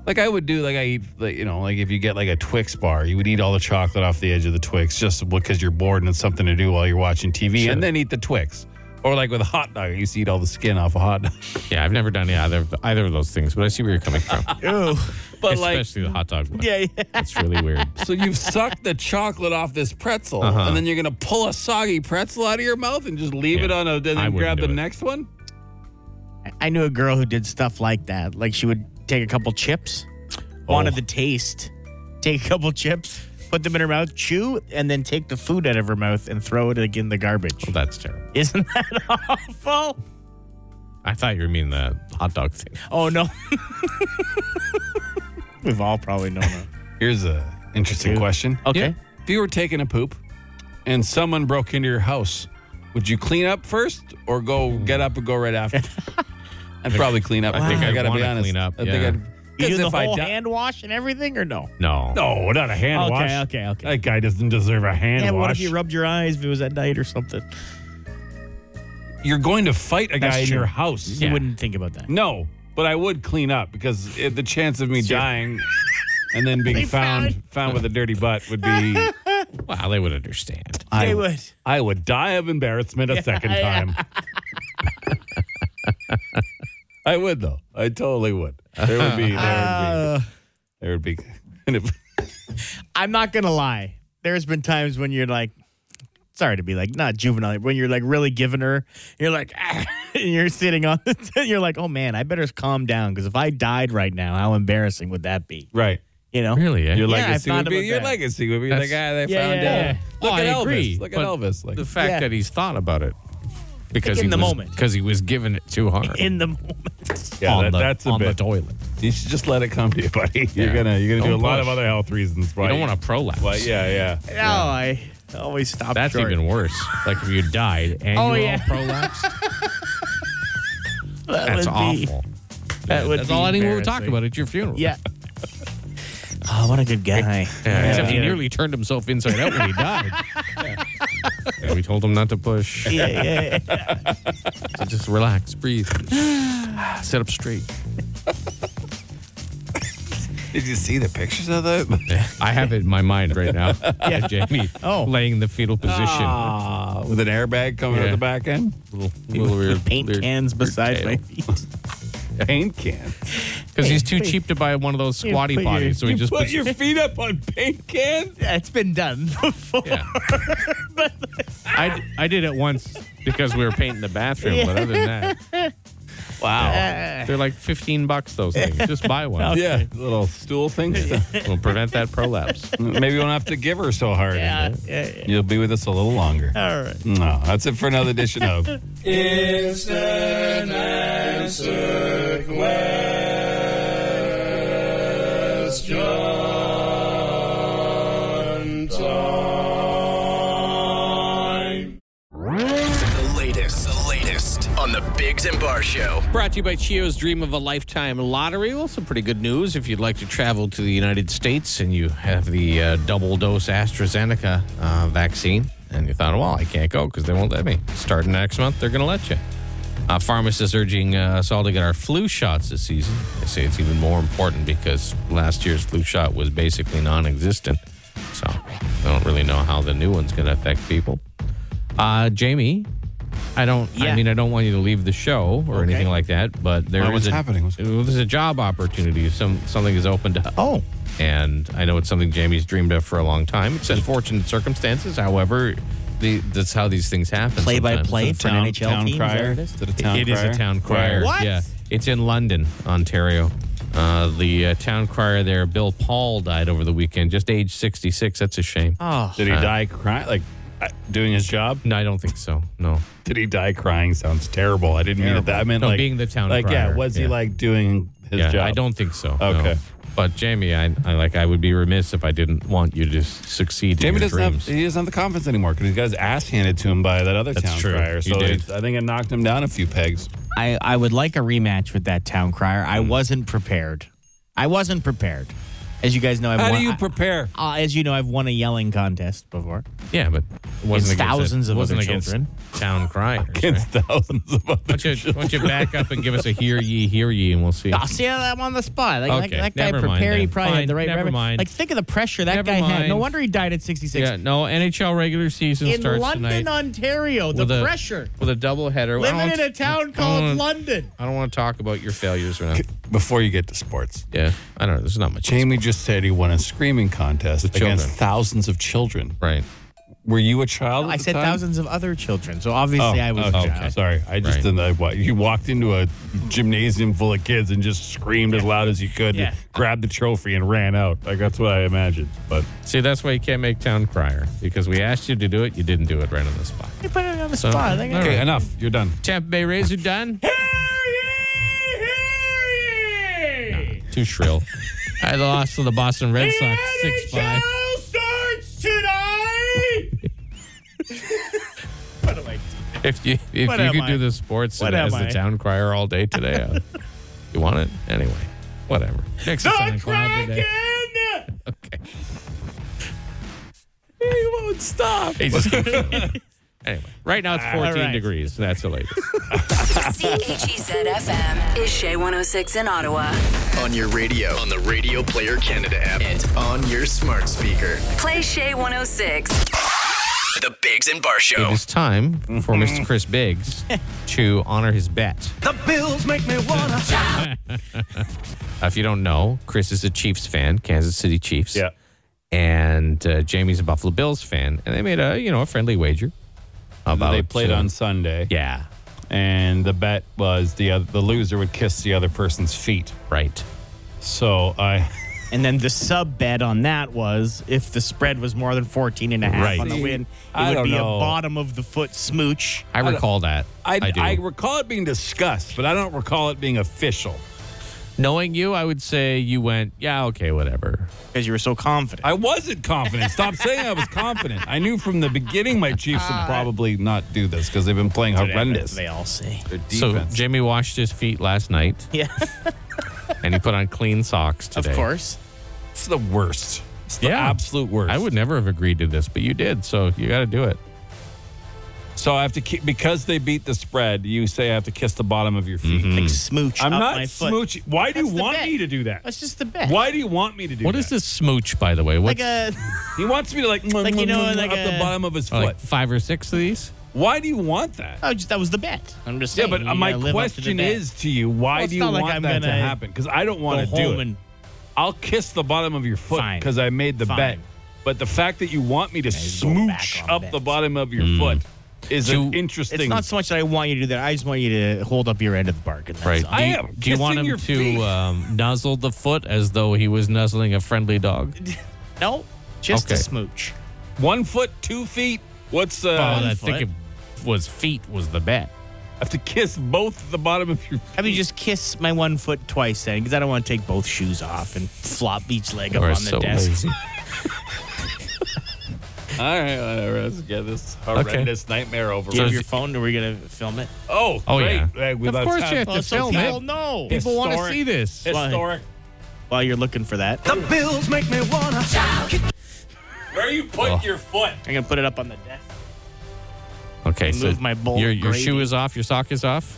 [SPEAKER 3] Like I would do, like I eat, like, you know, like if you get like a Twix bar, you would eat all the chocolate off the edge of the Twix just because you're bored and it's something to do while you're watching TV
[SPEAKER 4] Sure.
[SPEAKER 3] and then eat the Twix. Or like with a hot dog, you used to eat all the skin off a hot dog.
[SPEAKER 4] Yeah, I've never done either of, either of those things, but I see where you're coming from.
[SPEAKER 3] But like,
[SPEAKER 4] Especially the hot dog one.
[SPEAKER 6] Yeah, yeah.
[SPEAKER 4] It's really weird.
[SPEAKER 3] so you've sucked the chocolate off this pretzel
[SPEAKER 4] Uh-huh.
[SPEAKER 3] and then you're going to pull a soggy pretzel out of your mouth and just leave
[SPEAKER 4] Yeah.
[SPEAKER 3] it on a, and
[SPEAKER 4] I
[SPEAKER 3] then
[SPEAKER 4] wouldn't
[SPEAKER 3] grab
[SPEAKER 4] do
[SPEAKER 3] the
[SPEAKER 4] it.
[SPEAKER 3] next one?
[SPEAKER 6] I knew a girl who did stuff like that. Like she would take a couple chips,
[SPEAKER 3] Oh.
[SPEAKER 6] wanted the taste, take a couple chips, put them in her mouth, chew, and then take the food out of her mouth and throw it in the garbage.
[SPEAKER 4] Well, that's terrible.
[SPEAKER 6] Isn't that awful?
[SPEAKER 4] I thought you mean the hot dog thing.
[SPEAKER 6] Oh no. We've all probably known that.
[SPEAKER 3] Here's a interesting
[SPEAKER 6] Dude.
[SPEAKER 3] question.
[SPEAKER 6] Okay.
[SPEAKER 3] If you were taking a poop and someone broke into your house, would you clean up first or go get up and go right after? I'd probably clean up.
[SPEAKER 4] I think
[SPEAKER 3] I
[SPEAKER 4] I'd
[SPEAKER 3] gotta be
[SPEAKER 4] wanna
[SPEAKER 3] honest.
[SPEAKER 4] clean up,
[SPEAKER 3] I
[SPEAKER 4] yeah.
[SPEAKER 3] think I'd
[SPEAKER 6] You do
[SPEAKER 3] Because
[SPEAKER 6] the
[SPEAKER 3] if I
[SPEAKER 6] whole
[SPEAKER 3] di-
[SPEAKER 6] hand wash and everything, or no?
[SPEAKER 4] No.
[SPEAKER 3] No, not a hand
[SPEAKER 6] Okay,
[SPEAKER 3] wash.
[SPEAKER 6] okay, okay.
[SPEAKER 3] That guy doesn't deserve a hand
[SPEAKER 6] And
[SPEAKER 3] wash.
[SPEAKER 6] what if you rubbed your eyes if it was at night or something?
[SPEAKER 3] You're going to fight a
[SPEAKER 6] That's
[SPEAKER 3] guy in
[SPEAKER 6] true.
[SPEAKER 3] your house.
[SPEAKER 6] You wouldn't think about that.
[SPEAKER 3] No, but I would clean up because it, the chance of me dying and then being found, found with a dirty butt would be.
[SPEAKER 4] Well, they would understand.
[SPEAKER 6] They
[SPEAKER 3] I
[SPEAKER 6] would.
[SPEAKER 3] I would die of embarrassment a second time. I would though. I totally would. There would be. There would be.
[SPEAKER 6] Oh.
[SPEAKER 3] there would be kind of-
[SPEAKER 6] I'm not gonna lie. There's been times when you're like, sorry to be like not juvenile, when you're like really giving her, you're like, and you're sitting on, the t- you're like, oh man, I better calm down because if I died right now, how embarrassing would that be?
[SPEAKER 3] right.
[SPEAKER 6] You know?
[SPEAKER 4] Really? Eh?
[SPEAKER 3] Your
[SPEAKER 6] Yeah, I
[SPEAKER 3] legacy
[SPEAKER 6] thought
[SPEAKER 3] would be
[SPEAKER 6] about
[SPEAKER 3] your
[SPEAKER 6] that.
[SPEAKER 3] legacy would be the
[SPEAKER 4] That's-
[SPEAKER 3] guy they
[SPEAKER 6] Yeah,
[SPEAKER 3] found
[SPEAKER 6] yeah,
[SPEAKER 3] dead.
[SPEAKER 4] yeah.
[SPEAKER 3] Look
[SPEAKER 4] Oh,
[SPEAKER 3] at
[SPEAKER 4] I
[SPEAKER 3] Elvis.
[SPEAKER 4] agree,
[SPEAKER 3] Look at
[SPEAKER 4] but
[SPEAKER 3] Elvis. Like
[SPEAKER 4] The fact
[SPEAKER 6] Yeah.
[SPEAKER 4] that he's thought about it because
[SPEAKER 6] in
[SPEAKER 4] he
[SPEAKER 6] the
[SPEAKER 4] was,
[SPEAKER 6] moment.
[SPEAKER 4] because he was giving it too hard
[SPEAKER 6] In the moment. Oh,
[SPEAKER 3] yeah,
[SPEAKER 4] on
[SPEAKER 3] that-
[SPEAKER 4] the
[SPEAKER 3] that's a
[SPEAKER 4] on
[SPEAKER 3] bit.
[SPEAKER 4] the toilet.
[SPEAKER 3] ah, You should just let it come to you, buddy. You're
[SPEAKER 4] Yeah.
[SPEAKER 3] gonna you're gonna do a
[SPEAKER 4] Don't
[SPEAKER 3] lot
[SPEAKER 4] push.
[SPEAKER 3] of other health reasons. Why
[SPEAKER 4] You don't want to prolapse.
[SPEAKER 3] Why? Yeah, yeah.
[SPEAKER 6] No, I always stop.
[SPEAKER 4] That's
[SPEAKER 6] short.
[SPEAKER 4] even worse. Like if you died and
[SPEAKER 6] Oh,
[SPEAKER 4] you were
[SPEAKER 6] yeah.
[SPEAKER 4] all prolapsed,
[SPEAKER 6] That would
[SPEAKER 4] that's
[SPEAKER 6] be-
[SPEAKER 4] awful.
[SPEAKER 6] that would
[SPEAKER 4] That's
[SPEAKER 6] be
[SPEAKER 4] all anyone would talk
[SPEAKER 6] embarrassing.
[SPEAKER 4] about at your funeral.
[SPEAKER 6] Yeah. Oh, what a good guy.
[SPEAKER 4] Except he nearly turned himself inside out when he died. Yeah, we told him not to push.
[SPEAKER 6] Yeah, yeah, yeah.
[SPEAKER 4] So just relax, breathe, sit up straight.
[SPEAKER 3] Did you see the pictures of that?
[SPEAKER 4] I have it in my mind right now. Yeah, Jamie.
[SPEAKER 6] Oh.
[SPEAKER 4] laying in the fetal position.
[SPEAKER 3] Ah, with an airbag coming out
[SPEAKER 4] Yeah.
[SPEAKER 3] the back end,
[SPEAKER 4] Little, little weird,
[SPEAKER 6] Paint
[SPEAKER 4] weird-
[SPEAKER 6] cans
[SPEAKER 4] weird
[SPEAKER 6] beside
[SPEAKER 4] tail.
[SPEAKER 6] my feet.
[SPEAKER 3] paint cans.
[SPEAKER 4] Because he's too cheap to buy one of those squatty
[SPEAKER 6] put your-
[SPEAKER 4] potties, so he just
[SPEAKER 3] Put
[SPEAKER 4] puts
[SPEAKER 3] your feet up on paint cans.
[SPEAKER 6] Yeah, it's been done before.
[SPEAKER 4] Yeah. I, I did it once because we were painting the bathroom, but other than that,
[SPEAKER 3] Wow.
[SPEAKER 4] they're like 15 bucks, those things. Just buy one.
[SPEAKER 3] Yeah, little stool things.
[SPEAKER 4] It'll prevent that prolapse.
[SPEAKER 3] Maybe you won't have to give her so hard.
[SPEAKER 6] Yeah, yeah, yeah.
[SPEAKER 3] You'll be with us a little longer.
[SPEAKER 6] All right.
[SPEAKER 3] No, that's it for another edition of.
[SPEAKER 1] The latest, the latest on the Bigs and Bar Show.
[SPEAKER 4] Brought to you by Chio's Dream of a Lifetime Lottery. Well, some pretty good news if you'd like to travel to the United States and you have the uh, double dose AstraZeneca uh, vaccine, and you thought, well, I can't go because they won't let me. Starting next month, they're going to let you. Uh, pharmacists urging uh, us all to get our flu shots this season. They say it's even more important because last year's flu shot was basically non existent. So I don't really know how the new one's going to affect people. Uh, Jamie, I don't. I
[SPEAKER 6] Yeah.
[SPEAKER 4] mean, I don't want you to leave the show or anything like that. But there
[SPEAKER 3] Why,
[SPEAKER 4] is
[SPEAKER 3] what's
[SPEAKER 4] a,
[SPEAKER 3] happening? What's-
[SPEAKER 4] well, There's a job opportunity. Some something is opened up.
[SPEAKER 6] Oh.
[SPEAKER 4] and I know it's something Jamie's dreamed of for a long time. It's unfortunate circumstances. However, the, that's how these things happen.
[SPEAKER 6] Play by
[SPEAKER 4] sometimes.
[SPEAKER 6] play for an
[SPEAKER 3] Town,
[SPEAKER 6] NHL
[SPEAKER 3] town
[SPEAKER 6] team.
[SPEAKER 3] crier.
[SPEAKER 6] Is that what it is?
[SPEAKER 3] it a town
[SPEAKER 4] It is a town crier.
[SPEAKER 6] What?
[SPEAKER 4] Yeah, it's in London, Ontario. Uh, the uh, town crier there, Bill Paul, died over the weekend, just age 66. That's a shame.
[SPEAKER 6] Oh,
[SPEAKER 3] Did he die crying? Like uh, doing his job?
[SPEAKER 4] No, I don't think so. No.
[SPEAKER 3] Did he die crying? Sounds terrible. I didn't mean it that. I meant
[SPEAKER 4] No,
[SPEAKER 3] like
[SPEAKER 4] being the town
[SPEAKER 3] Like yeah,
[SPEAKER 4] crier.
[SPEAKER 3] was he
[SPEAKER 4] Yeah.
[SPEAKER 3] like doing his
[SPEAKER 4] yeah,
[SPEAKER 3] job?
[SPEAKER 4] I don't think so. no.
[SPEAKER 3] Okay.
[SPEAKER 4] But Jamie, I, I like I would be remiss if I didn't want you to s- succeed
[SPEAKER 3] Jamie
[SPEAKER 4] in your
[SPEAKER 3] doesn't
[SPEAKER 4] dreams.
[SPEAKER 3] have he doesn't have the confidence anymore because he got his ass handed to him by that other
[SPEAKER 4] That's
[SPEAKER 3] town
[SPEAKER 4] true.
[SPEAKER 3] crier.
[SPEAKER 4] He
[SPEAKER 3] So
[SPEAKER 4] did.
[SPEAKER 3] it's- I think it knocked him down a few pegs.
[SPEAKER 6] I, I would like a rematch with that town crier. I
[SPEAKER 4] Hmm.
[SPEAKER 6] wasn't prepared. I wasn't prepared. As you guys know, I've
[SPEAKER 3] How
[SPEAKER 6] won.
[SPEAKER 3] do you
[SPEAKER 6] I-
[SPEAKER 3] prepare?
[SPEAKER 6] uh, as you know, I've won a yelling contest before.
[SPEAKER 4] yeah, but it wasn't
[SPEAKER 6] It's
[SPEAKER 4] against that-
[SPEAKER 6] thousands of
[SPEAKER 4] wasn't
[SPEAKER 6] other
[SPEAKER 4] against
[SPEAKER 6] children.
[SPEAKER 4] Town criers. right?
[SPEAKER 3] Against thousands of other
[SPEAKER 4] Why don't you, why don't you back up and give us a hear ye, hear ye, and we'll see.
[SPEAKER 6] I'll Ah, see how I'm on the spot. Like,
[SPEAKER 4] Okay,
[SPEAKER 6] that, that guy
[SPEAKER 4] never mind
[SPEAKER 6] prepared. He
[SPEAKER 4] then.
[SPEAKER 6] probably
[SPEAKER 4] Fine,
[SPEAKER 6] had the right
[SPEAKER 4] never
[SPEAKER 6] rep-
[SPEAKER 4] mind.
[SPEAKER 6] Like, think of the pressure that
[SPEAKER 4] Never
[SPEAKER 6] guy had. No
[SPEAKER 4] mind.
[SPEAKER 6] wonder he died at 66.
[SPEAKER 4] Yeah, no, NHL regular season
[SPEAKER 6] In
[SPEAKER 4] starts
[SPEAKER 6] London,
[SPEAKER 4] tonight
[SPEAKER 6] Ontario, the
[SPEAKER 4] with a-
[SPEAKER 6] pressure.
[SPEAKER 4] with a doubleheader. I
[SPEAKER 6] Living
[SPEAKER 4] don't-
[SPEAKER 6] in a town
[SPEAKER 4] I
[SPEAKER 6] called
[SPEAKER 4] don't-
[SPEAKER 6] London.
[SPEAKER 4] I don't want to talk about your failures right now.
[SPEAKER 3] Before you get to sports,
[SPEAKER 4] Yeah, I don't know. There's not much.
[SPEAKER 3] Jamie just said he won a screaming contest against
[SPEAKER 4] children.
[SPEAKER 3] thousands of children.
[SPEAKER 4] Right.
[SPEAKER 3] Were you a child? at
[SPEAKER 6] I
[SPEAKER 3] the
[SPEAKER 6] said
[SPEAKER 3] time? Oh,
[SPEAKER 6] thousands of other children, so
[SPEAKER 4] Oh,
[SPEAKER 6] obviously I was.
[SPEAKER 3] okay.
[SPEAKER 6] a child.
[SPEAKER 3] Sorry, I just
[SPEAKER 4] Right.
[SPEAKER 3] didn't. I, wa- you walked into a gymnasium full of kids and just screamed as loud as you could,
[SPEAKER 6] Yeah.
[SPEAKER 3] grabbed the trophy and ran out. Like that's what I imagined. But
[SPEAKER 4] See, that's why you can't make town crier because we asked you to do it, you didn't do it right on the spot.
[SPEAKER 6] You put it on the spot. Like,
[SPEAKER 4] Okay.
[SPEAKER 3] okay, enough. You're done.
[SPEAKER 4] Tampa Bay Rays are done. Hear ye, hear ye! too shrill. I lost to the Boston Red Sox six five.
[SPEAKER 6] starts tonight. what am I?
[SPEAKER 4] If you if
[SPEAKER 6] What
[SPEAKER 4] you
[SPEAKER 6] am
[SPEAKER 4] could
[SPEAKER 6] I?
[SPEAKER 4] do the sports
[SPEAKER 6] What
[SPEAKER 4] as
[SPEAKER 6] am
[SPEAKER 4] the
[SPEAKER 6] I?
[SPEAKER 4] town crier all day today, uh, you want it anyway. Whatever. Next is
[SPEAKER 8] The
[SPEAKER 4] Sonic Cloud
[SPEAKER 8] Kraken!
[SPEAKER 4] today. Okay. He won't stop. anyway, right now it's 14
[SPEAKER 6] right.
[SPEAKER 4] degrees. That's the latest.
[SPEAKER 9] E CKGZ-FM is Shea 106 in Ottawa.
[SPEAKER 1] On your radio, on the Radio Player Canada app, and on your smart speaker.
[SPEAKER 9] Play oh Shea 106.
[SPEAKER 1] The Biggs and Bar
[SPEAKER 4] It
[SPEAKER 1] Show.
[SPEAKER 4] is time for Mr. Chris Biggs to honor his bet.
[SPEAKER 5] The bills make me wanna shout.
[SPEAKER 4] Uh, if you don't know, Chris is a Chiefs fan, Kansas City Chiefs.
[SPEAKER 3] Yeah.
[SPEAKER 4] And uh, Jamie's a Buffalo Bills fan, and they made a you know a friendly wager about
[SPEAKER 3] they played
[SPEAKER 4] uh,
[SPEAKER 3] on Sunday.
[SPEAKER 4] Yeah,
[SPEAKER 3] And the bet was the other, the loser would kiss the other person's feet.
[SPEAKER 4] right.
[SPEAKER 3] So I
[SPEAKER 6] And then the sub bet on that was if the spread was more than 14 and a half
[SPEAKER 3] Right.
[SPEAKER 6] on the win, it
[SPEAKER 3] I
[SPEAKER 6] would
[SPEAKER 3] don't
[SPEAKER 6] be
[SPEAKER 3] know.
[SPEAKER 6] a bottom of the foot smooch.
[SPEAKER 4] I recall that. I, do.
[SPEAKER 3] recall it being discussed, but I don't recall it being official.
[SPEAKER 4] Knowing you, I would say you went, yeah, okay, whatever.
[SPEAKER 6] Because you were so confident.
[SPEAKER 3] I wasn't confident. Stop saying I was confident. I knew from the beginning my Chiefs would probably not do this because they've been playing horrendous.
[SPEAKER 6] Uh, They all say.
[SPEAKER 3] Their
[SPEAKER 4] So
[SPEAKER 3] defense.
[SPEAKER 4] Jamie washed his feet last night,
[SPEAKER 6] Yeah,
[SPEAKER 4] and he put on clean socks today.
[SPEAKER 6] of course.
[SPEAKER 3] it's the worst. It's the
[SPEAKER 4] Yeah.
[SPEAKER 3] absolute worst.
[SPEAKER 4] I would never have agreed to this, but you did, so you got to do it.
[SPEAKER 3] So I have to keep because they beat the spread. You say I have to kiss the bottom of your feet.
[SPEAKER 6] Like smooch
[SPEAKER 3] Hmm. I'm
[SPEAKER 6] up
[SPEAKER 3] not
[SPEAKER 6] my foot.
[SPEAKER 3] smooching. Why do
[SPEAKER 6] That's
[SPEAKER 3] you
[SPEAKER 6] the
[SPEAKER 3] want
[SPEAKER 6] bet.
[SPEAKER 3] me to do that?
[SPEAKER 6] That's just the bet.
[SPEAKER 3] Why do you want me to do
[SPEAKER 4] What
[SPEAKER 3] that?
[SPEAKER 4] is this smooch, by the way? What's
[SPEAKER 6] Like uh, a
[SPEAKER 3] He wants me to like,
[SPEAKER 6] Like, you know, like
[SPEAKER 3] up the
[SPEAKER 6] a-
[SPEAKER 3] bottom of his foot.
[SPEAKER 4] like five or six of these?
[SPEAKER 3] why do you want that?
[SPEAKER 6] oh, just, that was the bet. I'm just
[SPEAKER 3] yeah,
[SPEAKER 6] saying.
[SPEAKER 3] but
[SPEAKER 6] you
[SPEAKER 3] uh, my
[SPEAKER 6] gotta live up to the
[SPEAKER 3] question
[SPEAKER 6] bet.
[SPEAKER 3] is to you: Why
[SPEAKER 6] Well, it's
[SPEAKER 3] do you
[SPEAKER 6] not
[SPEAKER 3] want
[SPEAKER 6] like I'm
[SPEAKER 3] that to
[SPEAKER 6] gonna
[SPEAKER 3] happen? Because I don't want
[SPEAKER 6] go
[SPEAKER 3] to do
[SPEAKER 6] home
[SPEAKER 3] it.
[SPEAKER 6] and
[SPEAKER 3] I'll kiss the bottom of your foot
[SPEAKER 6] Fine.
[SPEAKER 3] because I made the
[SPEAKER 6] Fine.
[SPEAKER 3] bet. But the fact that you want me to
[SPEAKER 6] just go back
[SPEAKER 3] smooch
[SPEAKER 6] on
[SPEAKER 3] up
[SPEAKER 6] bets. Mm.
[SPEAKER 3] the bottom of your foot is
[SPEAKER 4] Do-
[SPEAKER 3] an interesting.
[SPEAKER 6] It's not so much that I want you to do that. I just want you to hold up your end of the bargain. That's
[SPEAKER 4] Right.
[SPEAKER 6] all.
[SPEAKER 3] I
[SPEAKER 4] do you,
[SPEAKER 3] am
[SPEAKER 4] do you want
[SPEAKER 3] kissing
[SPEAKER 4] him
[SPEAKER 3] your
[SPEAKER 4] to
[SPEAKER 3] feet.
[SPEAKER 4] um, nuzzle the foot as though he was nuzzling a friendly dog?
[SPEAKER 6] No, just a
[SPEAKER 4] Okay.
[SPEAKER 6] smooch.
[SPEAKER 3] One foot, two feet. What's uh?
[SPEAKER 4] Well, I
[SPEAKER 6] foot.
[SPEAKER 4] think it Oh, was feet was the bet.
[SPEAKER 3] I have to kiss both the bottom of your.
[SPEAKER 6] Have you just kiss my one foot twice then? Because I don't want to take both shoes off and flop each leg up
[SPEAKER 4] Or
[SPEAKER 6] on the
[SPEAKER 4] so
[SPEAKER 6] desk.
[SPEAKER 4] lazy.
[SPEAKER 3] All right, whatever. Let's get this horrendous nightmare over.
[SPEAKER 6] Do you have
[SPEAKER 3] with.
[SPEAKER 6] your phone? Are we gonna film it?
[SPEAKER 3] oh,
[SPEAKER 4] Oh,
[SPEAKER 3] great.
[SPEAKER 4] yeah.
[SPEAKER 3] Hey,
[SPEAKER 4] Of
[SPEAKER 3] without
[SPEAKER 4] course
[SPEAKER 3] sound-
[SPEAKER 4] you have to Oh, film
[SPEAKER 6] Well,
[SPEAKER 4] it.
[SPEAKER 6] no.
[SPEAKER 4] People want to
[SPEAKER 3] Historic.
[SPEAKER 4] see this.
[SPEAKER 3] Historic.
[SPEAKER 6] While you're looking for that,
[SPEAKER 5] The bills make me wanna shout.
[SPEAKER 3] Where you put
[SPEAKER 4] Oh.
[SPEAKER 3] your foot?
[SPEAKER 6] I'm gonna put it up on the desk.
[SPEAKER 4] Okay, so
[SPEAKER 6] Move my bowl
[SPEAKER 4] your, your
[SPEAKER 6] gravy.
[SPEAKER 4] shoe is off, your sock is off.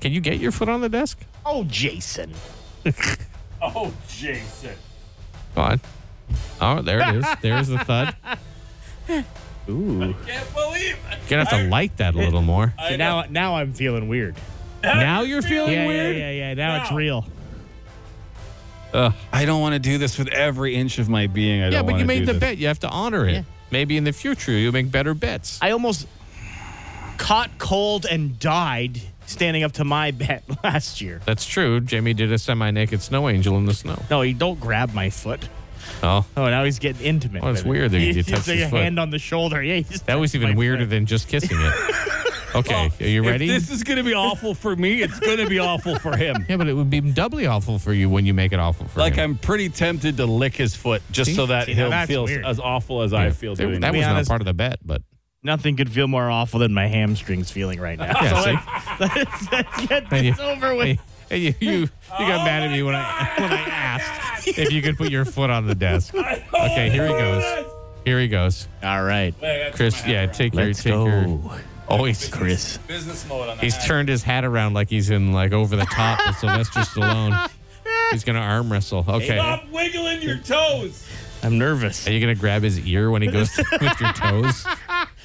[SPEAKER 4] Can you get your foot on the desk?
[SPEAKER 6] Oh, Jason.
[SPEAKER 3] Oh, Jason.
[SPEAKER 4] Come on. Oh, there it is. There's the thud.
[SPEAKER 6] Ooh.
[SPEAKER 3] Can't believe it.
[SPEAKER 4] Gonna have to light that a little more.
[SPEAKER 6] So now, now I'm feeling weird.
[SPEAKER 4] Now you're feeling
[SPEAKER 6] Yeah, yeah,
[SPEAKER 4] weird.
[SPEAKER 6] yeah, yeah. Now it's real.
[SPEAKER 3] I don't want to do this with every inch of my being. I
[SPEAKER 4] Yeah,
[SPEAKER 3] don't
[SPEAKER 4] but you
[SPEAKER 3] wanna
[SPEAKER 4] made
[SPEAKER 3] do
[SPEAKER 4] the
[SPEAKER 3] this.
[SPEAKER 4] bet. You have to honor it.
[SPEAKER 6] Yeah.
[SPEAKER 4] Maybe in the future you'll make better bets.
[SPEAKER 6] I almost caught cold and died standing up to my bet last year.
[SPEAKER 4] That's true. Jamie did a semi-naked snow angel in the snow.
[SPEAKER 6] No, you don't grab my foot.
[SPEAKER 4] Oh,
[SPEAKER 6] Oh, now he's getting intimate.
[SPEAKER 4] Oh, it's
[SPEAKER 6] with it.
[SPEAKER 4] weird that he
[SPEAKER 6] He's
[SPEAKER 4] touched
[SPEAKER 6] just like
[SPEAKER 4] his
[SPEAKER 6] a
[SPEAKER 4] foot.
[SPEAKER 6] hand on the shoulder. Yeah, he just
[SPEAKER 4] that was
[SPEAKER 6] touched
[SPEAKER 4] even
[SPEAKER 6] my
[SPEAKER 4] weirder
[SPEAKER 6] foot.
[SPEAKER 4] than just kissing it. Okay, are you
[SPEAKER 3] If
[SPEAKER 4] ready?
[SPEAKER 3] this is going to be awful for me, it's going to be awful for him.
[SPEAKER 4] yeah, but it would be doubly awful for you when you make it awful for
[SPEAKER 3] Like
[SPEAKER 4] him.
[SPEAKER 3] I'm pretty tempted to lick his foot just
[SPEAKER 4] See?
[SPEAKER 3] so that
[SPEAKER 6] See, now
[SPEAKER 3] he'll
[SPEAKER 6] that's
[SPEAKER 3] feel
[SPEAKER 6] weird.
[SPEAKER 3] as awful as I feel
[SPEAKER 4] That-
[SPEAKER 3] doing
[SPEAKER 4] that
[SPEAKER 3] it.
[SPEAKER 4] was
[SPEAKER 6] honest.
[SPEAKER 4] not part of the bet, but
[SPEAKER 6] Nothing could feel more awful than my hamstrings feeling right now.
[SPEAKER 4] yeah, see?
[SPEAKER 6] Let's get
[SPEAKER 4] And you-
[SPEAKER 6] this over with.
[SPEAKER 4] Hey, hey, you you, you got mad at me when I when Oh I asked if you could put your foot on the desk. Okay, here he goes. Here he goes.
[SPEAKER 6] All right,
[SPEAKER 4] Chris, yeah, take your
[SPEAKER 6] let's
[SPEAKER 4] take your.
[SPEAKER 6] go,
[SPEAKER 4] Oh, he's
[SPEAKER 6] Chris.
[SPEAKER 3] Business mode on that.
[SPEAKER 4] he's turned his hat around like he's in like over the top with Sylvester Stallone. He's gonna arm wrestle. Okay.
[SPEAKER 3] wiggling your toes.
[SPEAKER 6] I'm nervous.
[SPEAKER 4] Are you gonna grab his ear when he goes with your toes?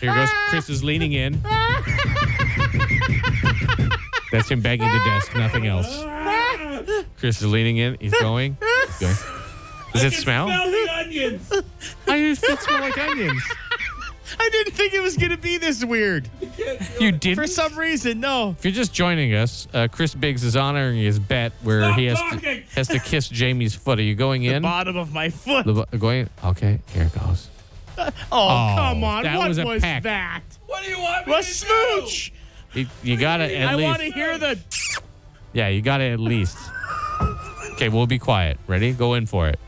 [SPEAKER 4] Here goes Chris is leaning in. That's him banging the desk, nothing else. Chris is leaning in. He's going. He's going. Does it smell?
[SPEAKER 3] the onions.
[SPEAKER 4] I just it smell like onions.
[SPEAKER 6] I didn't think it was gonna be this weird.
[SPEAKER 4] You did.
[SPEAKER 6] For some reason, no.
[SPEAKER 4] if you're just joining us, uh, Chris Biggs is honoring his bet where
[SPEAKER 3] Stop
[SPEAKER 4] he has to,
[SPEAKER 3] talking.
[SPEAKER 4] has to kiss Jamie's foot. Are you going in?
[SPEAKER 6] Bottom of my foot.
[SPEAKER 4] The bo- going. Okay, here it goes.
[SPEAKER 6] Oh,
[SPEAKER 4] Oh,
[SPEAKER 6] come on.
[SPEAKER 4] that
[SPEAKER 6] what
[SPEAKER 4] was
[SPEAKER 6] was,
[SPEAKER 4] a peck.
[SPEAKER 6] that?
[SPEAKER 3] What do you want me
[SPEAKER 6] A smooch.
[SPEAKER 4] You, you gotta at
[SPEAKER 6] I
[SPEAKER 4] least.
[SPEAKER 6] want to hear the.
[SPEAKER 4] Yeah, you got it at least. okay, we'll be quiet. Ready? Go in for it.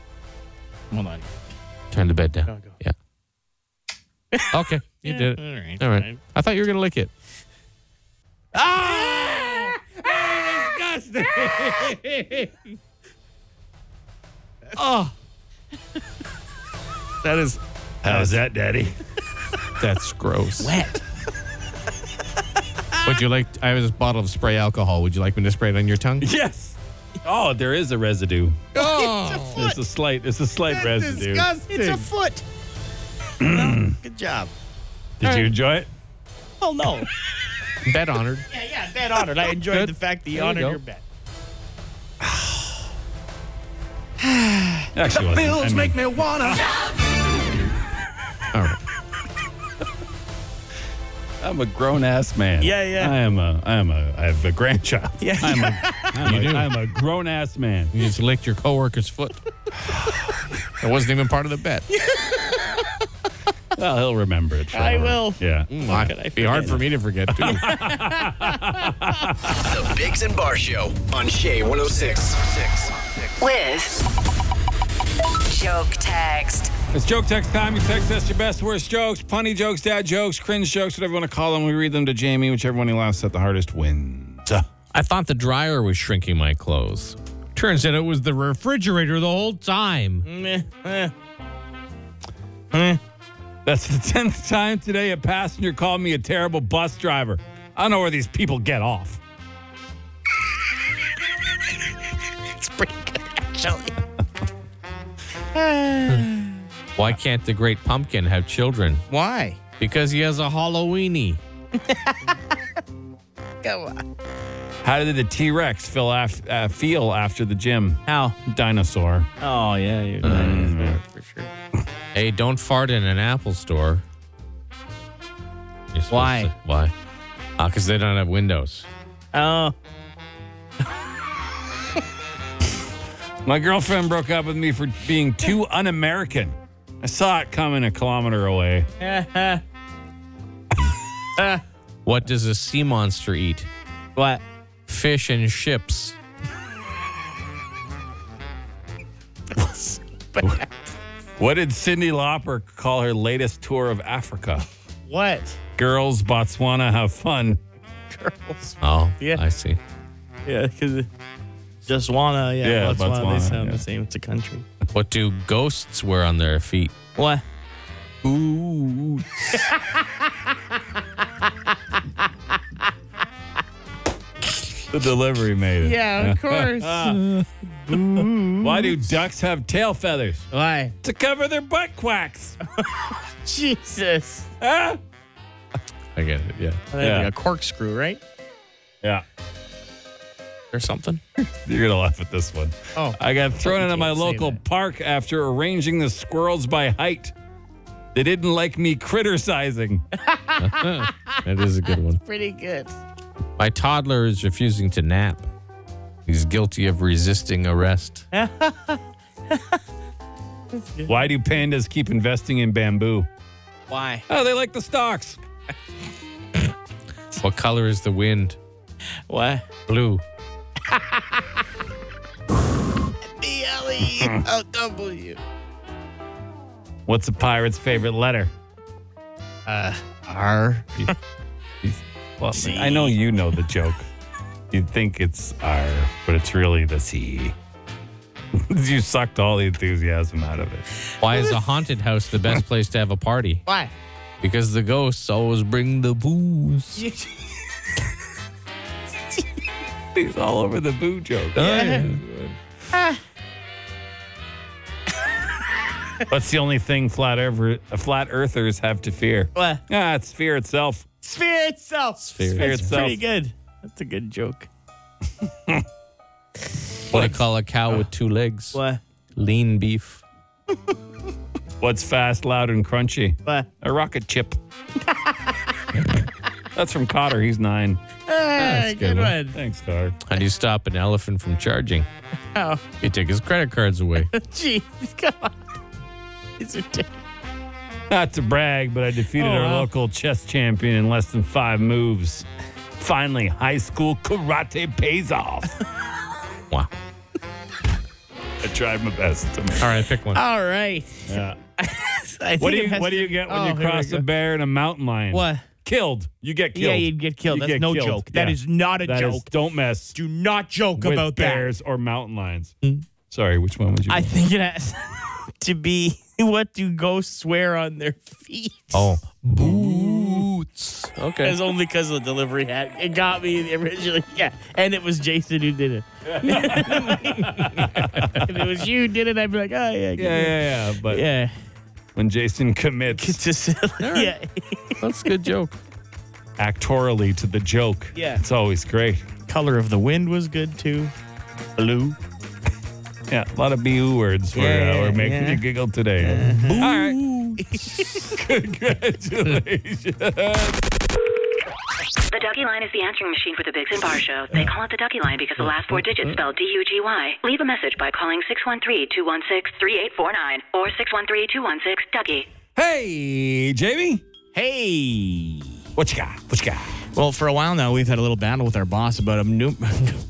[SPEAKER 6] Hold on.
[SPEAKER 4] Turn the bed down.
[SPEAKER 6] go.
[SPEAKER 4] Yeah. Okay, you did it.
[SPEAKER 6] all right,
[SPEAKER 4] All right.
[SPEAKER 6] fine.
[SPEAKER 4] I thought you were gonna lick it.
[SPEAKER 6] Ah!
[SPEAKER 4] That is
[SPEAKER 3] How's that, Daddy?
[SPEAKER 4] that's gross.
[SPEAKER 6] Wet. Ah!
[SPEAKER 4] Would you like? I have this bottle of spray alcohol. Would you like me to spray it on your tongue?
[SPEAKER 3] Yes. Oh, there is a residue.
[SPEAKER 4] Oh,
[SPEAKER 3] It's a slight. It's a slight residue.
[SPEAKER 6] It's a foot. Well, good job.
[SPEAKER 3] Did you enjoy it?
[SPEAKER 6] Well, no.
[SPEAKER 4] bet honored.
[SPEAKER 6] yeah, yeah, bet honored. I enjoyed
[SPEAKER 4] Good.
[SPEAKER 6] the fact that you
[SPEAKER 4] There you
[SPEAKER 6] honored
[SPEAKER 4] go.
[SPEAKER 6] your bet.
[SPEAKER 3] Actually, it wasn't. I mean,
[SPEAKER 5] me wanna.
[SPEAKER 4] All right.
[SPEAKER 3] I'm a grown ass man.
[SPEAKER 6] Yeah, yeah.
[SPEAKER 3] I am a. I am a. I have a grandchild.
[SPEAKER 6] Yeah.
[SPEAKER 3] I'm a. I'm a, I'm a grown ass man.
[SPEAKER 4] You just licked your coworker's foot. that wasn't even part of the bet.
[SPEAKER 3] Well, he'll remember it.
[SPEAKER 6] I
[SPEAKER 3] forever.
[SPEAKER 6] will.
[SPEAKER 3] Yeah.
[SPEAKER 4] It'd be hard for me to forget too.
[SPEAKER 1] The Bigs and Bar Show on Shea 106.
[SPEAKER 9] with joke text.
[SPEAKER 3] It's joke text time. You text us your best, worst jokes, punny jokes, dad jokes, cringe jokes, whatever you want to call them. We read them to Jamie. Whichever one he laughs at the hardest wins.
[SPEAKER 4] I thought the dryer was shrinking my clothes. Turns out it was the refrigerator the whole time.
[SPEAKER 6] Meh, eh.
[SPEAKER 3] That's the tenth time today a passenger called me a terrible bus driver. I don't know where these people get off.
[SPEAKER 6] It's pretty good, actually.
[SPEAKER 4] Why can't the great pumpkin have children?
[SPEAKER 6] Why?
[SPEAKER 4] Because he has a Halloweeny.
[SPEAKER 6] Go on.
[SPEAKER 3] How did the T Rex feel, af- uh, feel after the gym?
[SPEAKER 6] How?
[SPEAKER 3] Dinosaur.
[SPEAKER 6] Oh, yeah. You're mm. For sure.
[SPEAKER 4] Hey, don't fart in an Apple store. You're supposed
[SPEAKER 6] Why?
[SPEAKER 4] to- why? Because they don't have windows.
[SPEAKER 6] Oh.
[SPEAKER 3] My girlfriend broke up with me for being too un American. I saw it coming a kilometer away.
[SPEAKER 4] What does a sea monster eat?
[SPEAKER 6] What?
[SPEAKER 4] Fish and ships.
[SPEAKER 3] What did Cindy Lauper call her latest tour of Africa?
[SPEAKER 6] What?
[SPEAKER 3] Girls, Botswana, have fun.
[SPEAKER 6] Girls.
[SPEAKER 4] Oh,
[SPEAKER 6] Yeah.
[SPEAKER 4] I see.
[SPEAKER 6] Yeah, because just wanna. Yeah,
[SPEAKER 3] Yeah,
[SPEAKER 6] Botswana,
[SPEAKER 3] Botswana,
[SPEAKER 6] They sound
[SPEAKER 3] yeah.
[SPEAKER 6] the same. It's a country.
[SPEAKER 4] What do ghosts wear on their feet?
[SPEAKER 6] What?
[SPEAKER 3] Ooh. the delivery made it.
[SPEAKER 6] Yeah, Ah. of course.
[SPEAKER 3] Why do ducks have tail feathers?
[SPEAKER 6] Why?
[SPEAKER 3] To cover their butt quacks.
[SPEAKER 6] Jesus.
[SPEAKER 3] Huh?
[SPEAKER 4] I get it. Yeah.
[SPEAKER 3] Yeah.
[SPEAKER 6] Like a corkscrew, right?
[SPEAKER 3] Yeah.
[SPEAKER 6] Or something.
[SPEAKER 3] You're gonna laugh at this one.
[SPEAKER 6] Oh.
[SPEAKER 3] I got thrown out of my
[SPEAKER 6] can't say
[SPEAKER 3] local
[SPEAKER 6] that.
[SPEAKER 3] park after arranging the squirrels by height. They didn't like me criticizing.
[SPEAKER 4] That is a good one.
[SPEAKER 6] Pretty good.
[SPEAKER 4] My toddler is refusing to nap. He's guilty of resisting arrest.
[SPEAKER 3] Why do pandas keep investing in bamboo?
[SPEAKER 6] Why?
[SPEAKER 3] Oh, they like the stocks.
[SPEAKER 4] What color is the wind?
[SPEAKER 6] What?
[SPEAKER 4] Blue.
[SPEAKER 6] B L E O W.
[SPEAKER 3] What's a pirate's favorite letter?
[SPEAKER 6] Uh, R.
[SPEAKER 3] Well, I know you know the joke. You'd think it's R, but it's really the C. you sucked all the enthusiasm out of it.
[SPEAKER 4] Why is a haunted house the best place to have a party?
[SPEAKER 6] Why?
[SPEAKER 4] Because the ghosts always bring the booze.
[SPEAKER 3] He's all over the boo joke. What's the only thing flat ever, flat earthers have to fear?
[SPEAKER 6] What?
[SPEAKER 3] Ah, it's fear itself.
[SPEAKER 6] Sphere itself. Sphere, That's
[SPEAKER 3] itself.
[SPEAKER 6] Pretty good. That's a good joke.
[SPEAKER 4] What do you call a cow with two legs?
[SPEAKER 6] What?
[SPEAKER 4] Lean beef.
[SPEAKER 3] What's fast, loud, and crunchy?
[SPEAKER 6] What?
[SPEAKER 3] A rocket chip. That's from Cotter. He's nine.
[SPEAKER 6] Hey,
[SPEAKER 4] good
[SPEAKER 6] good
[SPEAKER 4] one.
[SPEAKER 6] one.
[SPEAKER 3] Thanks, Cotter.
[SPEAKER 4] How do you stop an elephant from charging?
[SPEAKER 6] How?
[SPEAKER 4] You take his credit cards away.
[SPEAKER 6] Jeez, come on. These are terrible.
[SPEAKER 3] Not to brag, but I defeated
[SPEAKER 6] Oh,
[SPEAKER 3] our
[SPEAKER 6] wow.
[SPEAKER 3] local chess champion in less than five moves. Finally, high school karate pays off.
[SPEAKER 4] Wow.
[SPEAKER 3] I tried my best. To make-
[SPEAKER 4] All right, pick one.
[SPEAKER 6] All right.
[SPEAKER 3] yeah.
[SPEAKER 6] I
[SPEAKER 3] What
[SPEAKER 6] think
[SPEAKER 3] do
[SPEAKER 6] it
[SPEAKER 3] you
[SPEAKER 6] has
[SPEAKER 3] What do
[SPEAKER 6] to-
[SPEAKER 3] you get when
[SPEAKER 6] Oh,
[SPEAKER 3] you
[SPEAKER 6] here we
[SPEAKER 3] cross a
[SPEAKER 6] go.
[SPEAKER 3] bear and a mountain lion?
[SPEAKER 6] What?
[SPEAKER 3] Killed. You get killed.
[SPEAKER 6] Yeah, you'd get killed.
[SPEAKER 3] You
[SPEAKER 6] That's
[SPEAKER 3] get
[SPEAKER 6] no
[SPEAKER 3] killed.
[SPEAKER 6] joke. That
[SPEAKER 3] Yeah.
[SPEAKER 6] is not a
[SPEAKER 3] That
[SPEAKER 6] joke.
[SPEAKER 3] is- don't mess
[SPEAKER 6] Do not joke
[SPEAKER 3] with
[SPEAKER 6] about Hmm?
[SPEAKER 3] bears or mountain lions. Sorry, which one would you?
[SPEAKER 6] I
[SPEAKER 3] go?
[SPEAKER 6] think it has to be what do ghosts wear on their feet?
[SPEAKER 4] Oh, boots. Okay.
[SPEAKER 6] It's only because of the delivery hat. It got me originally. Yeah. And it was Jason who did it. if it was you who did it, I'd be like, oh, yeah. give
[SPEAKER 3] yeah,
[SPEAKER 6] me-
[SPEAKER 3] yeah, yeah. But
[SPEAKER 6] Yeah.
[SPEAKER 3] when Jason commits
[SPEAKER 6] It's just silly. Yeah.
[SPEAKER 4] That's a good joke.
[SPEAKER 3] actorally to the joke,
[SPEAKER 6] Yeah.
[SPEAKER 3] it's always great.
[SPEAKER 6] Color of the wind was good too. Blue.
[SPEAKER 3] Yeah, a lot of BU words were,
[SPEAKER 6] Yeah,
[SPEAKER 3] uh, were
[SPEAKER 6] yeah,
[SPEAKER 3] making
[SPEAKER 6] yeah.
[SPEAKER 3] you giggle today. Uh-huh. All right. Congratulations.
[SPEAKER 2] The Dougie line is the answering machine for the Biggs and Bar Show. They call it the Dougie line because the last four digits spell D U G Y. Leave a message by calling 613 216 3849 or 613 216 Dougie.
[SPEAKER 3] hey, Jamie.
[SPEAKER 6] Hey.
[SPEAKER 3] What you got? What you got?
[SPEAKER 6] Well, for a while now, we've had a little battle with our boss about a, new,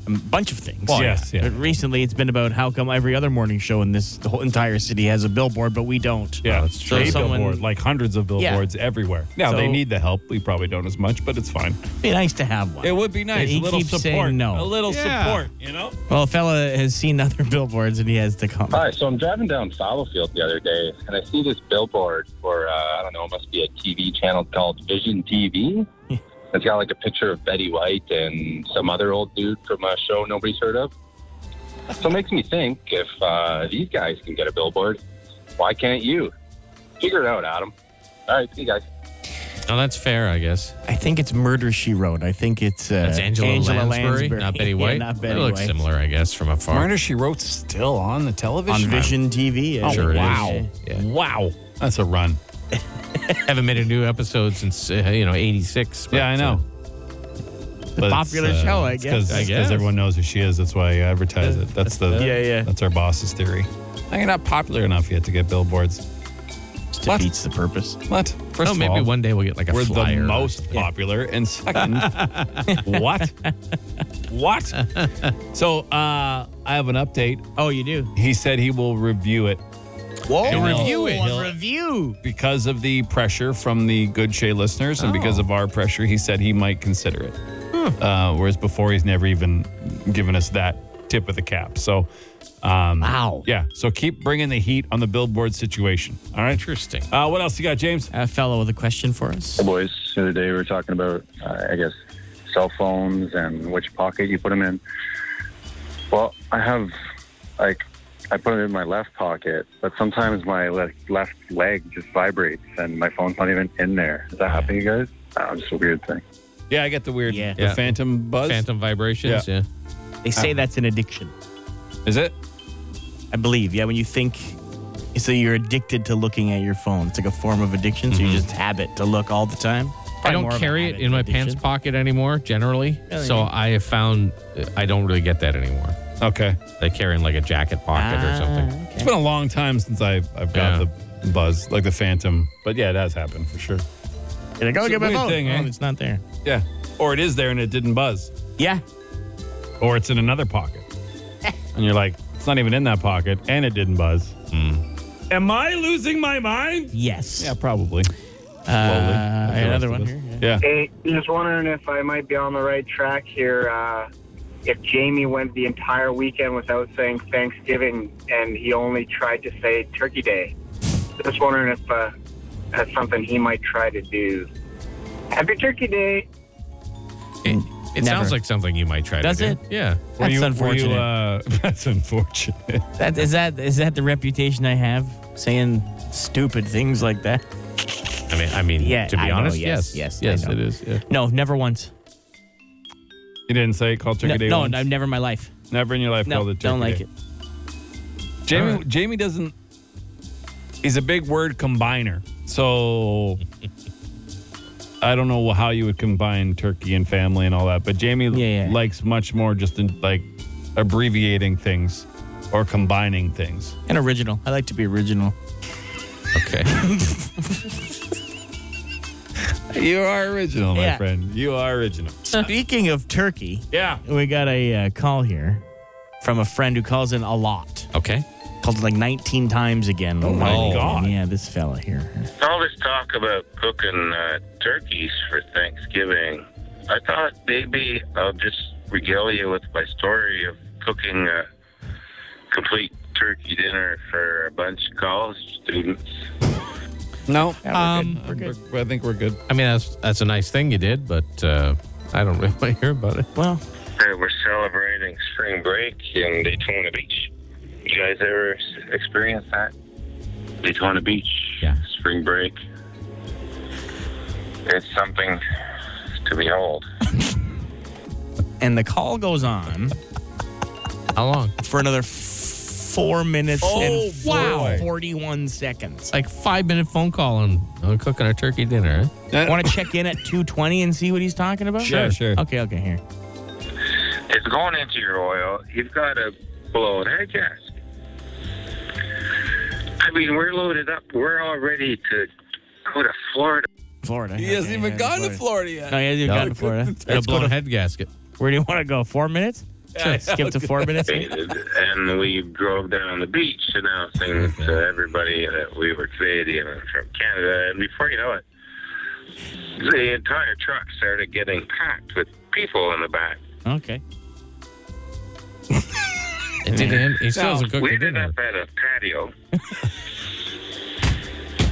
[SPEAKER 6] a bunch of things.
[SPEAKER 3] Well, yes, yeah.
[SPEAKER 6] But Recently, it's been about how come every other morning show in this the whole entire city has a billboard, but we don't.
[SPEAKER 3] Yeah,
[SPEAKER 4] that's true.
[SPEAKER 3] They
[SPEAKER 6] Someone-
[SPEAKER 3] billboard, like hundreds of billboards everywhere. Now they
[SPEAKER 6] So-
[SPEAKER 3] need the help. We probably don't as much, but it's fine.
[SPEAKER 6] It'd be nice to have one.
[SPEAKER 3] It would be nice.
[SPEAKER 6] He
[SPEAKER 3] a little
[SPEAKER 6] keeps
[SPEAKER 3] support.
[SPEAKER 6] saying no.
[SPEAKER 3] A little
[SPEAKER 4] Yeah.
[SPEAKER 3] support, you know?
[SPEAKER 6] Well, a fella has seen other billboards and he has to come.
[SPEAKER 10] Hi, so I'm driving down Fallowfield the other day, and I see this billboard for, uh, I don't know, it must be a TV channel called Vision TV. It's got like a picture of Betty White and some other old dude from a show nobody's heard of. So it makes me think if uh, these guys can get a billboard, why can't you? Figure it out, Adam. All right, see you guys.
[SPEAKER 4] Oh, that's fair, I guess.
[SPEAKER 6] I think it's Murder She Wrote. I think it's uh,
[SPEAKER 4] That's Angela, Lansbury, not Betty
[SPEAKER 6] Yeah,
[SPEAKER 4] White.
[SPEAKER 6] not
[SPEAKER 4] They
[SPEAKER 6] Betty
[SPEAKER 4] look
[SPEAKER 6] White.
[SPEAKER 4] similar, I guess, from afar.
[SPEAKER 3] Murder She Wrote's still on the
[SPEAKER 6] On
[SPEAKER 3] television.
[SPEAKER 6] Vision TV. I
[SPEAKER 4] Sure it
[SPEAKER 6] think.
[SPEAKER 3] Wow.
[SPEAKER 4] is. Yeah.
[SPEAKER 3] Wow. That's a run.
[SPEAKER 4] Haven't made a new episode since uh, you know '86. but, uh,
[SPEAKER 3] Yeah, I know. uh, But It's
[SPEAKER 6] popular show, I guess.
[SPEAKER 4] I guess.
[SPEAKER 3] Because everyone knows who she is. That's why I advertise it. That's the
[SPEAKER 6] Yeah, yeah.
[SPEAKER 3] That's our boss's theory. Like, You're not popular enough yet to get billboards.
[SPEAKER 6] Just
[SPEAKER 3] What?
[SPEAKER 6] defeats the purpose.
[SPEAKER 3] What?
[SPEAKER 4] Uh,
[SPEAKER 3] First
[SPEAKER 4] oh,
[SPEAKER 3] of
[SPEAKER 4] maybe
[SPEAKER 3] all,
[SPEAKER 4] one day we'll get like a
[SPEAKER 3] we're
[SPEAKER 4] flyer.
[SPEAKER 3] the most popular, and second, what? what? So uh, I have an update.
[SPEAKER 6] Oh, you do?
[SPEAKER 3] He said he will review it
[SPEAKER 6] Whoa.
[SPEAKER 3] He'll review it.
[SPEAKER 6] A
[SPEAKER 3] He'll-
[SPEAKER 6] review.
[SPEAKER 3] because of the pressure from the Good Shay listeners and because of our pressure, he said he might consider it. Uh, whereas before, he's never even given us that tip of the cap. So, um,
[SPEAKER 6] Wow.
[SPEAKER 3] yeah. So keep bringing the heat on the billboard situation. All right.
[SPEAKER 4] Interesting.
[SPEAKER 3] Uh, what else you got, James?
[SPEAKER 6] A fellow with a question for us.
[SPEAKER 10] Hey, boys. The other day we were talking about, uh, I guess, cell phones and which pocket you put them in. Well, I have, like, I put them in my left pocket, but sometimes my le- left leg just vibrates and my phone's not even in there. Does that happen to you guys? Oh, just a weird thing.
[SPEAKER 3] Yeah, I get the weird,
[SPEAKER 6] Yeah.
[SPEAKER 3] the
[SPEAKER 4] Yeah.
[SPEAKER 3] phantom buzz.
[SPEAKER 4] Phantom vibrations. Yeah.
[SPEAKER 6] They
[SPEAKER 4] Uh,
[SPEAKER 6] say that's an addiction.
[SPEAKER 3] Is it?
[SPEAKER 6] I believe. Yeah, when you think, so you're addicted to looking at your phone. It's like a form of addiction.
[SPEAKER 3] Mm-hmm.
[SPEAKER 6] So you just habit to look all the time.
[SPEAKER 4] I
[SPEAKER 6] Probably
[SPEAKER 4] don't
[SPEAKER 6] more of a
[SPEAKER 4] carry it
[SPEAKER 6] habit
[SPEAKER 4] in my
[SPEAKER 6] than
[SPEAKER 4] pants
[SPEAKER 6] addiction.
[SPEAKER 4] pocket anymore, generally.
[SPEAKER 6] Really?
[SPEAKER 4] So I have found uh, I don't really get that anymore.
[SPEAKER 3] Okay.
[SPEAKER 4] They carry in like a jacket pocket
[SPEAKER 6] Ah,
[SPEAKER 4] or something.
[SPEAKER 3] It's been a long time since I've, I've got
[SPEAKER 4] Yeah.
[SPEAKER 3] the buzz, like the phantom. But yeah, it has happened for sure.
[SPEAKER 6] You're like, oh,
[SPEAKER 3] It's a
[SPEAKER 6] get my
[SPEAKER 3] weird
[SPEAKER 6] phone.
[SPEAKER 3] thing, eh?
[SPEAKER 6] Oh, it's not there.
[SPEAKER 3] Yeah. Or it is there and it didn't buzz.
[SPEAKER 6] Yeah.
[SPEAKER 3] or it's in another pocket. and you're like, it's not even in that pocket, and it didn't buzz.
[SPEAKER 6] Hmm.
[SPEAKER 3] Am I losing my mind?
[SPEAKER 6] Yes.
[SPEAKER 3] Yeah, probably. Slowly.
[SPEAKER 6] Uh, another one here. Yeah.
[SPEAKER 3] Yeah.
[SPEAKER 11] Hey, just wondering if I might be on the right track here. Uh, if Jamie went the entire weekend without saying Thanksgiving and he only tried to say Turkey Day, just wondering if uh, that's something he might try to do. Happy Turkey Day!
[SPEAKER 4] It, it
[SPEAKER 6] Never.
[SPEAKER 4] sounds like something you might try
[SPEAKER 6] Does
[SPEAKER 4] to do.
[SPEAKER 6] it?
[SPEAKER 4] Yeah.
[SPEAKER 6] That's
[SPEAKER 3] Were you- were you,
[SPEAKER 6] unfortunate.
[SPEAKER 3] uh, that's unfortunate.
[SPEAKER 6] That is that is that the reputation I have saying stupid things like that?
[SPEAKER 4] I mean, I mean,
[SPEAKER 6] Yeah,
[SPEAKER 4] to be
[SPEAKER 6] I know,
[SPEAKER 4] honest,
[SPEAKER 6] yes,
[SPEAKER 4] yes,
[SPEAKER 6] yes,
[SPEAKER 4] yes,
[SPEAKER 6] I know.
[SPEAKER 4] it is. Yeah.
[SPEAKER 6] No, never once.
[SPEAKER 3] You didn't say it called Turkey
[SPEAKER 6] No,
[SPEAKER 3] Day.
[SPEAKER 6] no,
[SPEAKER 3] once?
[SPEAKER 6] I've never in my life.
[SPEAKER 3] never in your life
[SPEAKER 6] No,
[SPEAKER 3] called it Turkey
[SPEAKER 6] don't like
[SPEAKER 3] Day.
[SPEAKER 6] it.
[SPEAKER 3] Jamie,
[SPEAKER 4] All right.
[SPEAKER 3] Jamie doesn't. He's a big word combiner, so I don't know how you would combine turkey and family and all that. But Jamie
[SPEAKER 6] Yeah, yeah.
[SPEAKER 3] likes much more just in, like abbreviating things or combining things.
[SPEAKER 6] And original. I like to be original.
[SPEAKER 4] Okay.
[SPEAKER 3] You are original, my
[SPEAKER 6] Yeah.
[SPEAKER 3] friend. You are original.
[SPEAKER 6] Speaking of turkey,
[SPEAKER 3] Yeah.
[SPEAKER 6] we got a uh, call here from a friend who calls in a lot.
[SPEAKER 4] okay.
[SPEAKER 6] Called like 19 times again. Oh
[SPEAKER 3] my God.
[SPEAKER 6] Yeah, this fella here.
[SPEAKER 10] All this talk about cooking uh, turkeys for Thanksgiving, I thought maybe I'll just regale you with my story of cooking uh, complete turkey dinner for a bunch of college students.
[SPEAKER 3] No,
[SPEAKER 4] um,
[SPEAKER 3] we're good. I think we're good.
[SPEAKER 4] I mean, that's that's a nice thing you did, but uh, I don't really want to hear about it.
[SPEAKER 6] Well,
[SPEAKER 10] Hey, we're celebrating spring break in Daytona Beach. You guys ever s- experience that? Daytona Beach,
[SPEAKER 4] Yeah.
[SPEAKER 10] spring break. It's something to behold.
[SPEAKER 6] And the call goes on
[SPEAKER 4] How long?
[SPEAKER 6] for another f- four minutes and four- 41 seconds.
[SPEAKER 4] Like five minute phone call and uh, cooking a turkey dinner. eh?
[SPEAKER 6] Want to check in at 220 and see what he's talking about?
[SPEAKER 3] Sure, sure.
[SPEAKER 6] Okay, okay, here.
[SPEAKER 10] It's going into your oil. You've got to blow it. Hey, Jess. I mean, we're loaded up. We're all ready to go to Florida.
[SPEAKER 6] Florida.
[SPEAKER 12] He hasn't even gone to Florida
[SPEAKER 6] No,
[SPEAKER 12] yet.
[SPEAKER 6] he hasn't even gone to Florida.
[SPEAKER 4] And a blown head gasket.
[SPEAKER 6] Where do you want to go? Four minutes? Skip to four minutes?
[SPEAKER 10] and we drove down the beach announcing to everybody that we were Canadian and from Canada. And before you know it, the entire truck started getting packed with people in the back.
[SPEAKER 6] Okay.
[SPEAKER 4] It did end. He still hasn't cooked
[SPEAKER 10] we
[SPEAKER 4] a
[SPEAKER 10] ended
[SPEAKER 4] dinner.
[SPEAKER 10] up at a patio.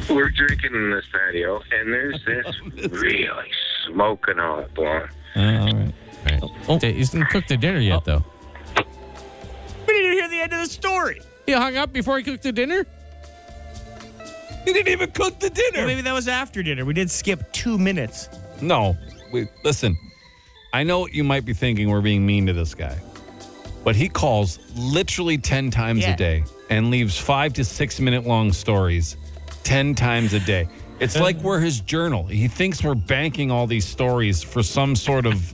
[SPEAKER 10] We're drinking in this patio, and there's this really smoking hot blonde.
[SPEAKER 3] all right.
[SPEAKER 4] Right. He hasn't cooked the dinner yet, though.
[SPEAKER 6] We didn't hear the end of the story.
[SPEAKER 4] He hung up before he cooked the dinner?
[SPEAKER 12] He didn't even cook the
[SPEAKER 6] Well,
[SPEAKER 12] dinner.
[SPEAKER 6] maybe that was after dinner. We did skip two minutes.
[SPEAKER 3] No, wait, listen. I know you might be thinking we're being mean to this guy, but he calls literally 10 times
[SPEAKER 6] Yeah.
[SPEAKER 3] a day and leaves five to six minute long stories 10 times a day. It's like we're his journal. He thinks we're banking all these stories for some sort of,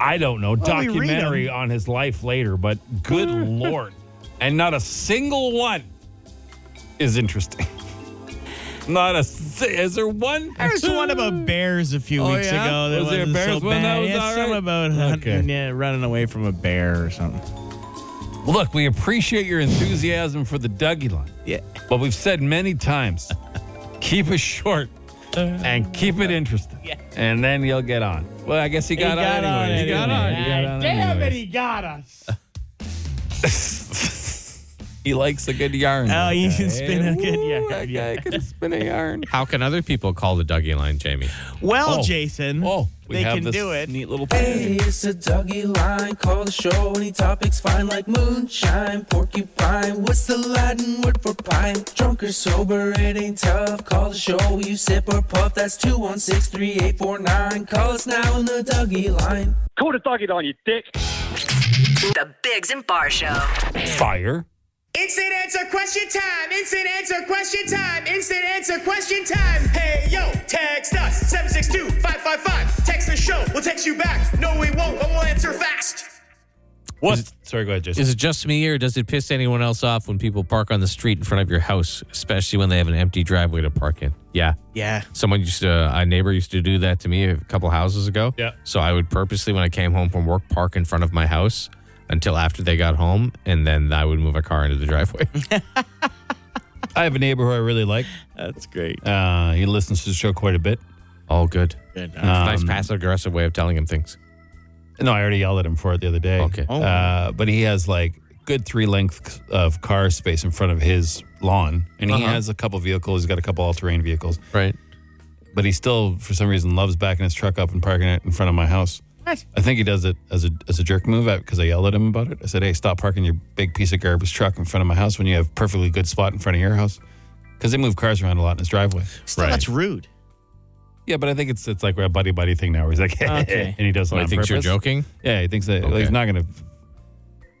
[SPEAKER 3] I don't know,
[SPEAKER 6] we read 'em.
[SPEAKER 3] documentary on his life later, but good Lord. And not a single one is interesting. Not a. si- Is there one?
[SPEAKER 6] There was one about bears a few
[SPEAKER 3] Oh,
[SPEAKER 6] weeks
[SPEAKER 3] yeah?
[SPEAKER 6] ago. That
[SPEAKER 3] Was there a
[SPEAKER 6] wasn't
[SPEAKER 3] bears
[SPEAKER 6] so
[SPEAKER 3] one that
[SPEAKER 6] bad.
[SPEAKER 3] was
[SPEAKER 6] Yeah,
[SPEAKER 3] all
[SPEAKER 6] something
[SPEAKER 3] right?
[SPEAKER 6] about
[SPEAKER 3] Okay.
[SPEAKER 6] hunting, yeah, running away from a bear or something.
[SPEAKER 3] Look, we appreciate your enthusiasm for the Dougie line,
[SPEAKER 6] Yeah.
[SPEAKER 3] but we've said many times keep it short and keep it interesting. And then you'll get on. Well, I guess he got, on
[SPEAKER 6] got on
[SPEAKER 3] anyway. He
[SPEAKER 6] anyway.
[SPEAKER 3] got on
[SPEAKER 6] Damn it,
[SPEAKER 3] anyways.
[SPEAKER 6] he got us.
[SPEAKER 3] He likes a good yarn.
[SPEAKER 6] Oh, you
[SPEAKER 3] Okay.
[SPEAKER 6] can spin a good
[SPEAKER 12] Ooh,
[SPEAKER 6] yeah.
[SPEAKER 12] that guy can spin a yarn.
[SPEAKER 4] How can other people call the Dougie line, Jamie?
[SPEAKER 6] Well,
[SPEAKER 3] Oh.
[SPEAKER 6] Jason,
[SPEAKER 3] Oh, we
[SPEAKER 6] they
[SPEAKER 3] have
[SPEAKER 6] can
[SPEAKER 3] this
[SPEAKER 6] do it.
[SPEAKER 3] Neat little.
[SPEAKER 12] Hey, it's a Dougie line. Call the show. Any topics fine like moonshine, porcupine. What's the Latin word for pine? Drunk or sober, it ain't tough. Call the show. You sip or puff. That's 216 3849. Call us now on the Dougie line.
[SPEAKER 7] Call the doggy on you dick.
[SPEAKER 9] The Biggs and Bar Show.
[SPEAKER 3] Fire.
[SPEAKER 8] Instant answer question time. Instant answer question time. Instant answer question time. Hey yo, text us 762-555. Text the show. We'll text you back. No, we won't, but we'll answer fast.
[SPEAKER 3] What? Sorry, go ahead, Jason.
[SPEAKER 4] Is it just me or does it piss anyone else off when people park on the street in front of your house, especially when they have an empty driveway to park in? Yeah.
[SPEAKER 6] Yeah.
[SPEAKER 4] Someone used to, a neighbor used to do that to me a couple houses ago.
[SPEAKER 3] Yeah.
[SPEAKER 4] So I would purposely, when I came home from work, park in front of my house until after they got home, and then I would move a car into the driveway.
[SPEAKER 3] I have a neighbor who I really like.
[SPEAKER 6] That's great.
[SPEAKER 3] Uh, he listens to the show quite a bit.
[SPEAKER 4] All good. Um,
[SPEAKER 6] Good. Uh,
[SPEAKER 4] It's a nice passive aggressive way of telling him things.
[SPEAKER 3] No, I already yelled at him for it the other day.
[SPEAKER 4] Okay. Oh.
[SPEAKER 3] Uh, but he has like good three lengths of car space in front of his lawn, and he
[SPEAKER 4] Uh-huh.
[SPEAKER 3] has a couple vehicles. He's got a couple all-terrain vehicles,
[SPEAKER 4] Right.
[SPEAKER 3] but he still, for some reason, loves backing his truck up and parking it in front of my house.
[SPEAKER 6] What?
[SPEAKER 3] I think he does it as a as a jerk move because I yelled at him about it. I said, "Hey, stop parking your big piece of garbage truck in front of my house when you have perfectly good spot in front of your house." Because they move cars around a lot in his driveway.
[SPEAKER 6] Still, that's rude.
[SPEAKER 3] Yeah, but I think it's it's like a buddy buddy thing now. Where he's like,
[SPEAKER 6] Okay.
[SPEAKER 3] and he does it
[SPEAKER 4] Well,
[SPEAKER 3] on
[SPEAKER 4] he thinks you're
[SPEAKER 3] purpose.
[SPEAKER 4] joking.
[SPEAKER 3] Yeah, he thinks that well, he's
[SPEAKER 4] Okay.
[SPEAKER 3] not gonna.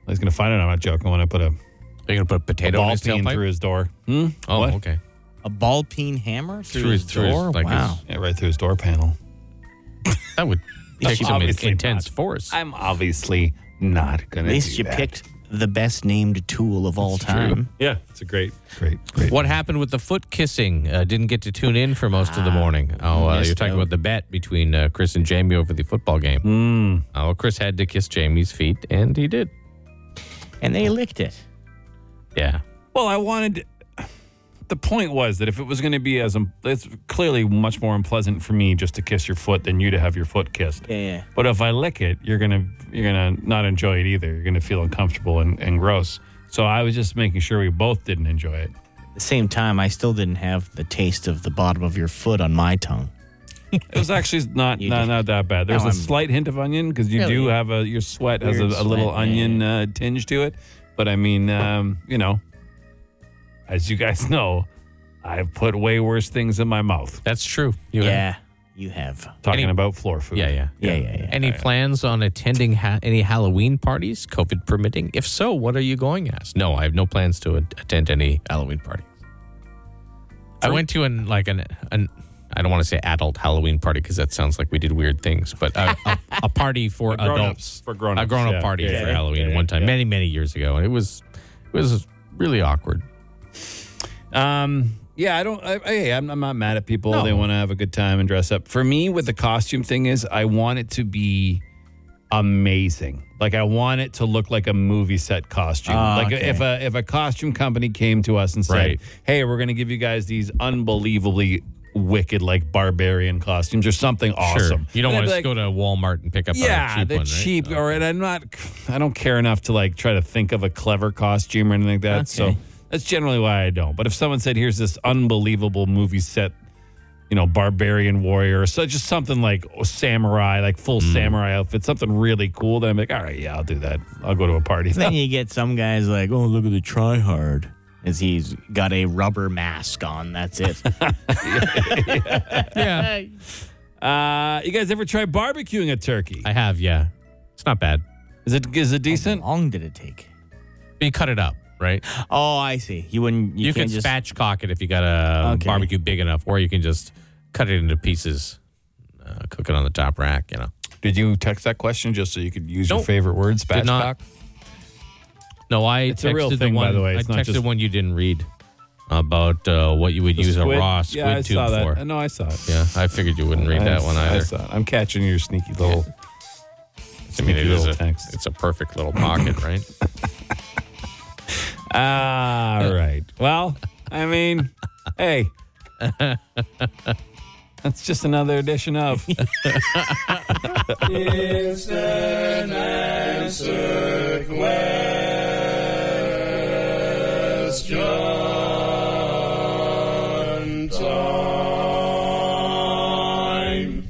[SPEAKER 3] He's gonna find out I'm not joking when I put a,
[SPEAKER 4] Are you going to put a
[SPEAKER 3] a
[SPEAKER 4] potato in
[SPEAKER 3] ball
[SPEAKER 4] his
[SPEAKER 3] peen
[SPEAKER 4] tailpipe?
[SPEAKER 3] through his door. Hmm?
[SPEAKER 4] oh,
[SPEAKER 3] What?
[SPEAKER 4] okay.
[SPEAKER 6] A ball peen hammer through,
[SPEAKER 4] Through
[SPEAKER 6] his,
[SPEAKER 4] his- through his-
[SPEAKER 6] door.
[SPEAKER 4] like his-
[SPEAKER 6] wow.
[SPEAKER 3] Yeah, right through his door panel.
[SPEAKER 4] That would take some
[SPEAKER 3] Obviously not.
[SPEAKER 4] intense force.
[SPEAKER 3] I'm obviously not gonna.
[SPEAKER 6] At least you picked the best named tool of all time.
[SPEAKER 3] Yeah, it's a great, great, great.
[SPEAKER 4] What happened with the foot kissing? Uh, didn't get to tune in for most of the morning. Oh, uh, you're
[SPEAKER 6] missed
[SPEAKER 4] talking
[SPEAKER 6] out.
[SPEAKER 4] about the bet between uh, Chris and Jamie over the football game. Uh, well, Chris had to kiss Jamie's feet, and he did.
[SPEAKER 6] And they licked it.
[SPEAKER 4] Yeah.
[SPEAKER 3] Well, I wanted. the point was that if it was going to be as um, it's clearly much more unpleasant for me just to kiss your foot than you to have your foot kissed.
[SPEAKER 6] Yeah, yeah.
[SPEAKER 3] But if I lick it, you're gonna you're gonna not enjoy it either. You're gonna feel uncomfortable and, and gross. So I was just making sure we both didn't enjoy it.
[SPEAKER 6] At the same time, I still didn't have the taste of the bottom of your foot on my tongue.
[SPEAKER 3] It was actually not not, not that bad. There's
[SPEAKER 6] No,
[SPEAKER 3] a
[SPEAKER 6] I'm-
[SPEAKER 3] slight hint of onion because you do
[SPEAKER 6] Really?
[SPEAKER 3] have a your sweat has a,
[SPEAKER 6] Weird
[SPEAKER 3] a little
[SPEAKER 6] sweat, yeah,
[SPEAKER 3] onion uh, tinge to it. But I mean, um, you know, as you guys know, I've put way worse things in my mouth.
[SPEAKER 4] That's true.
[SPEAKER 6] yeah, you have.
[SPEAKER 3] Talking
[SPEAKER 4] Any-
[SPEAKER 3] about floor food.
[SPEAKER 4] Yeah, yeah.
[SPEAKER 6] Yeah, yeah, yeah.
[SPEAKER 4] Any plans on attending ha- any Halloween parties, COVID permitting? If so, what are you going as? No, I have no plans to a- attend any Halloween parties. I went to an like an an I don't want to say adult Halloween party because that sounds like we did weird things, but a, a, a party for
[SPEAKER 3] grown-ups,
[SPEAKER 4] adults,
[SPEAKER 3] for grown-ups,
[SPEAKER 4] a grown up
[SPEAKER 3] yeah,
[SPEAKER 4] party
[SPEAKER 3] yeah,
[SPEAKER 4] for
[SPEAKER 3] yeah,
[SPEAKER 4] Halloween
[SPEAKER 3] yeah,
[SPEAKER 4] one time
[SPEAKER 3] yeah.
[SPEAKER 4] many many years ago, and it was it was really awkward.
[SPEAKER 3] Um, yeah, I don't. I, I, I'm, I'm not mad at people. They want to have a good time and dress up. For me, with the costume thing is, I want it to be amazing. Like I want it to look like a movie set costume.
[SPEAKER 6] Ah,
[SPEAKER 3] like
[SPEAKER 6] okay.
[SPEAKER 3] if a if a costume company came to us and said,
[SPEAKER 4] Right.
[SPEAKER 3] "Hey, we're going to give you guys these unbelievably wicked like barbarian costumes or something awesome."
[SPEAKER 4] You don't
[SPEAKER 3] And I'd
[SPEAKER 4] want
[SPEAKER 3] be
[SPEAKER 4] to
[SPEAKER 3] like,
[SPEAKER 4] go to Walmart and pick up
[SPEAKER 3] yeah,
[SPEAKER 4] a cheap
[SPEAKER 3] the
[SPEAKER 4] one, right?
[SPEAKER 3] Oh, cheap, or and I'm not, I don't care enough to like try to think of a clever costume or anything like that. So
[SPEAKER 6] Okay.
[SPEAKER 3] that's generally why I don't. But if someone said, "Here's this unbelievable movie set," you know, barbarian warrior, so just something like samurai, like full samurai outfit, something really cool, then I'm like, all right, yeah, I'll do that. I'll go to a party.
[SPEAKER 6] then you get some guys like, oh, look at the tryhard. Is he's got a rubber mask on? That's it.
[SPEAKER 4] yeah,
[SPEAKER 3] uh, you guys ever try barbecuing a turkey?
[SPEAKER 4] I have. Yeah, it's not bad.
[SPEAKER 3] Is it is it decent?
[SPEAKER 6] How long did it take?
[SPEAKER 4] You cut it up, right?
[SPEAKER 6] Oh, I see. You wouldn't. You,
[SPEAKER 4] You,
[SPEAKER 6] can't
[SPEAKER 4] can
[SPEAKER 6] just.
[SPEAKER 4] spatchcock it if you got a
[SPEAKER 6] Okay.
[SPEAKER 4] barbecue big enough, or you can just cut it into pieces, uh, cook it on the top rack. You know,
[SPEAKER 3] Did you text that question just so you could use your
[SPEAKER 4] Nope.
[SPEAKER 3] favorite words?
[SPEAKER 4] Did not-
[SPEAKER 3] Spatchcock?
[SPEAKER 4] no, I
[SPEAKER 3] It's
[SPEAKER 4] texted
[SPEAKER 3] a real
[SPEAKER 4] the
[SPEAKER 3] thing,
[SPEAKER 4] one.
[SPEAKER 3] by the way.
[SPEAKER 4] I
[SPEAKER 3] It's not
[SPEAKER 4] texted
[SPEAKER 3] just-
[SPEAKER 4] one you didn't read about uh, what you would
[SPEAKER 3] The
[SPEAKER 4] use
[SPEAKER 3] squid?
[SPEAKER 4] a raw squid
[SPEAKER 3] yeah, I
[SPEAKER 4] tube
[SPEAKER 3] saw that.
[SPEAKER 4] for.
[SPEAKER 3] No, I saw it.
[SPEAKER 4] Yeah, I figured you wouldn't read
[SPEAKER 3] I
[SPEAKER 4] that
[SPEAKER 3] s-
[SPEAKER 4] one
[SPEAKER 3] I
[SPEAKER 4] either.
[SPEAKER 3] saw it. I'm catching your sneaky little.
[SPEAKER 4] I mean, it
[SPEAKER 3] Little
[SPEAKER 4] is a,
[SPEAKER 3] text.
[SPEAKER 4] it's a perfect little pocket, right?
[SPEAKER 3] All right. Well, I mean, hey, that's just another edition of.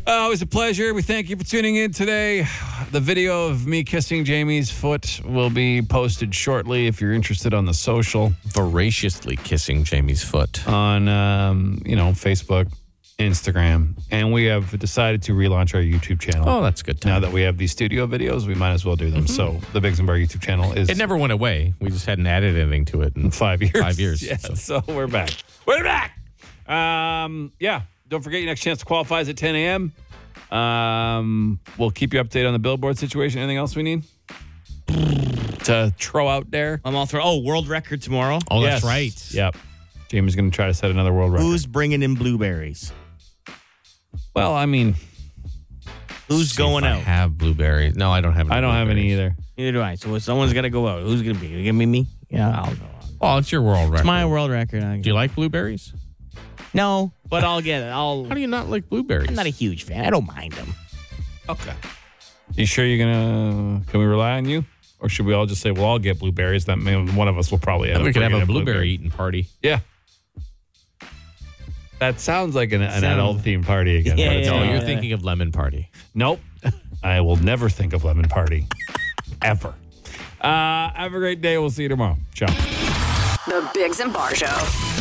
[SPEAKER 3] Always Oh, a pleasure. We thank you for tuning in today. The video of me kissing Jamie's foot will be posted shortly if you're interested on the social,
[SPEAKER 4] Voraciously kissing Jamie's foot.
[SPEAKER 3] on, um, you know, Facebook, Instagram. And we have decided to relaunch our YouTube channel.
[SPEAKER 4] Oh, that's good.
[SPEAKER 3] Now
[SPEAKER 4] Time.
[SPEAKER 3] that we have these studio videos, we might as well do them. So the Big Zimbar YouTube channel is
[SPEAKER 4] it never went away. We just hadn't added anything to it. And
[SPEAKER 3] five years.
[SPEAKER 4] Five years,
[SPEAKER 3] Yeah,
[SPEAKER 4] so.
[SPEAKER 3] so. we're back. We're back. Um, yeah. Don't forget your next chance to qualify is at 10 a.m. Um, we'll keep you updated on the billboard situation. Anything else we need to throw out there?
[SPEAKER 6] I'm all through. Oh, world record tomorrow.
[SPEAKER 4] oh,
[SPEAKER 3] Yes.
[SPEAKER 4] that's right.
[SPEAKER 3] Yep. Jamie's going to try to set another world record.
[SPEAKER 6] Who's bringing in blueberries?
[SPEAKER 3] well, I mean,
[SPEAKER 6] Who's
[SPEAKER 4] See
[SPEAKER 6] going
[SPEAKER 4] if I
[SPEAKER 6] out?
[SPEAKER 4] have blueberries. No, I don't have. Any
[SPEAKER 3] I don't have any
[SPEAKER 4] blueberries.
[SPEAKER 3] either.
[SPEAKER 6] Neither do I. So someone's got to go out. Who's gonna be? You gonna be me? Yeah, I'll go. out.
[SPEAKER 4] Oh, it's your world record.
[SPEAKER 6] It's my world record. I'll
[SPEAKER 4] Do you like blueberries?
[SPEAKER 6] No, but I'll get it. I'll.
[SPEAKER 4] How do you not like blueberries?
[SPEAKER 6] I'm not a huge fan. I don't mind them.
[SPEAKER 3] Okay. You sure you're going to? Can we rely on you? Or should we all just say, well, I'll get blueberries? That may, one of us will probably end
[SPEAKER 4] we
[SPEAKER 3] up
[SPEAKER 4] could have
[SPEAKER 3] bringing
[SPEAKER 4] a blueberry eating party.
[SPEAKER 3] Yeah. That sounds like an, an
[SPEAKER 6] Sounds-
[SPEAKER 3] adult theme party again.
[SPEAKER 6] Yeah,
[SPEAKER 3] but it's
[SPEAKER 6] yeah,
[SPEAKER 4] No,
[SPEAKER 3] not.
[SPEAKER 6] yeah.
[SPEAKER 4] you're thinking of lemon party.
[SPEAKER 3] Nope. I will never think of lemon party ever. Uh, have a great day. We'll see you tomorrow. Ciao.
[SPEAKER 9] The Bigs and Bar Show.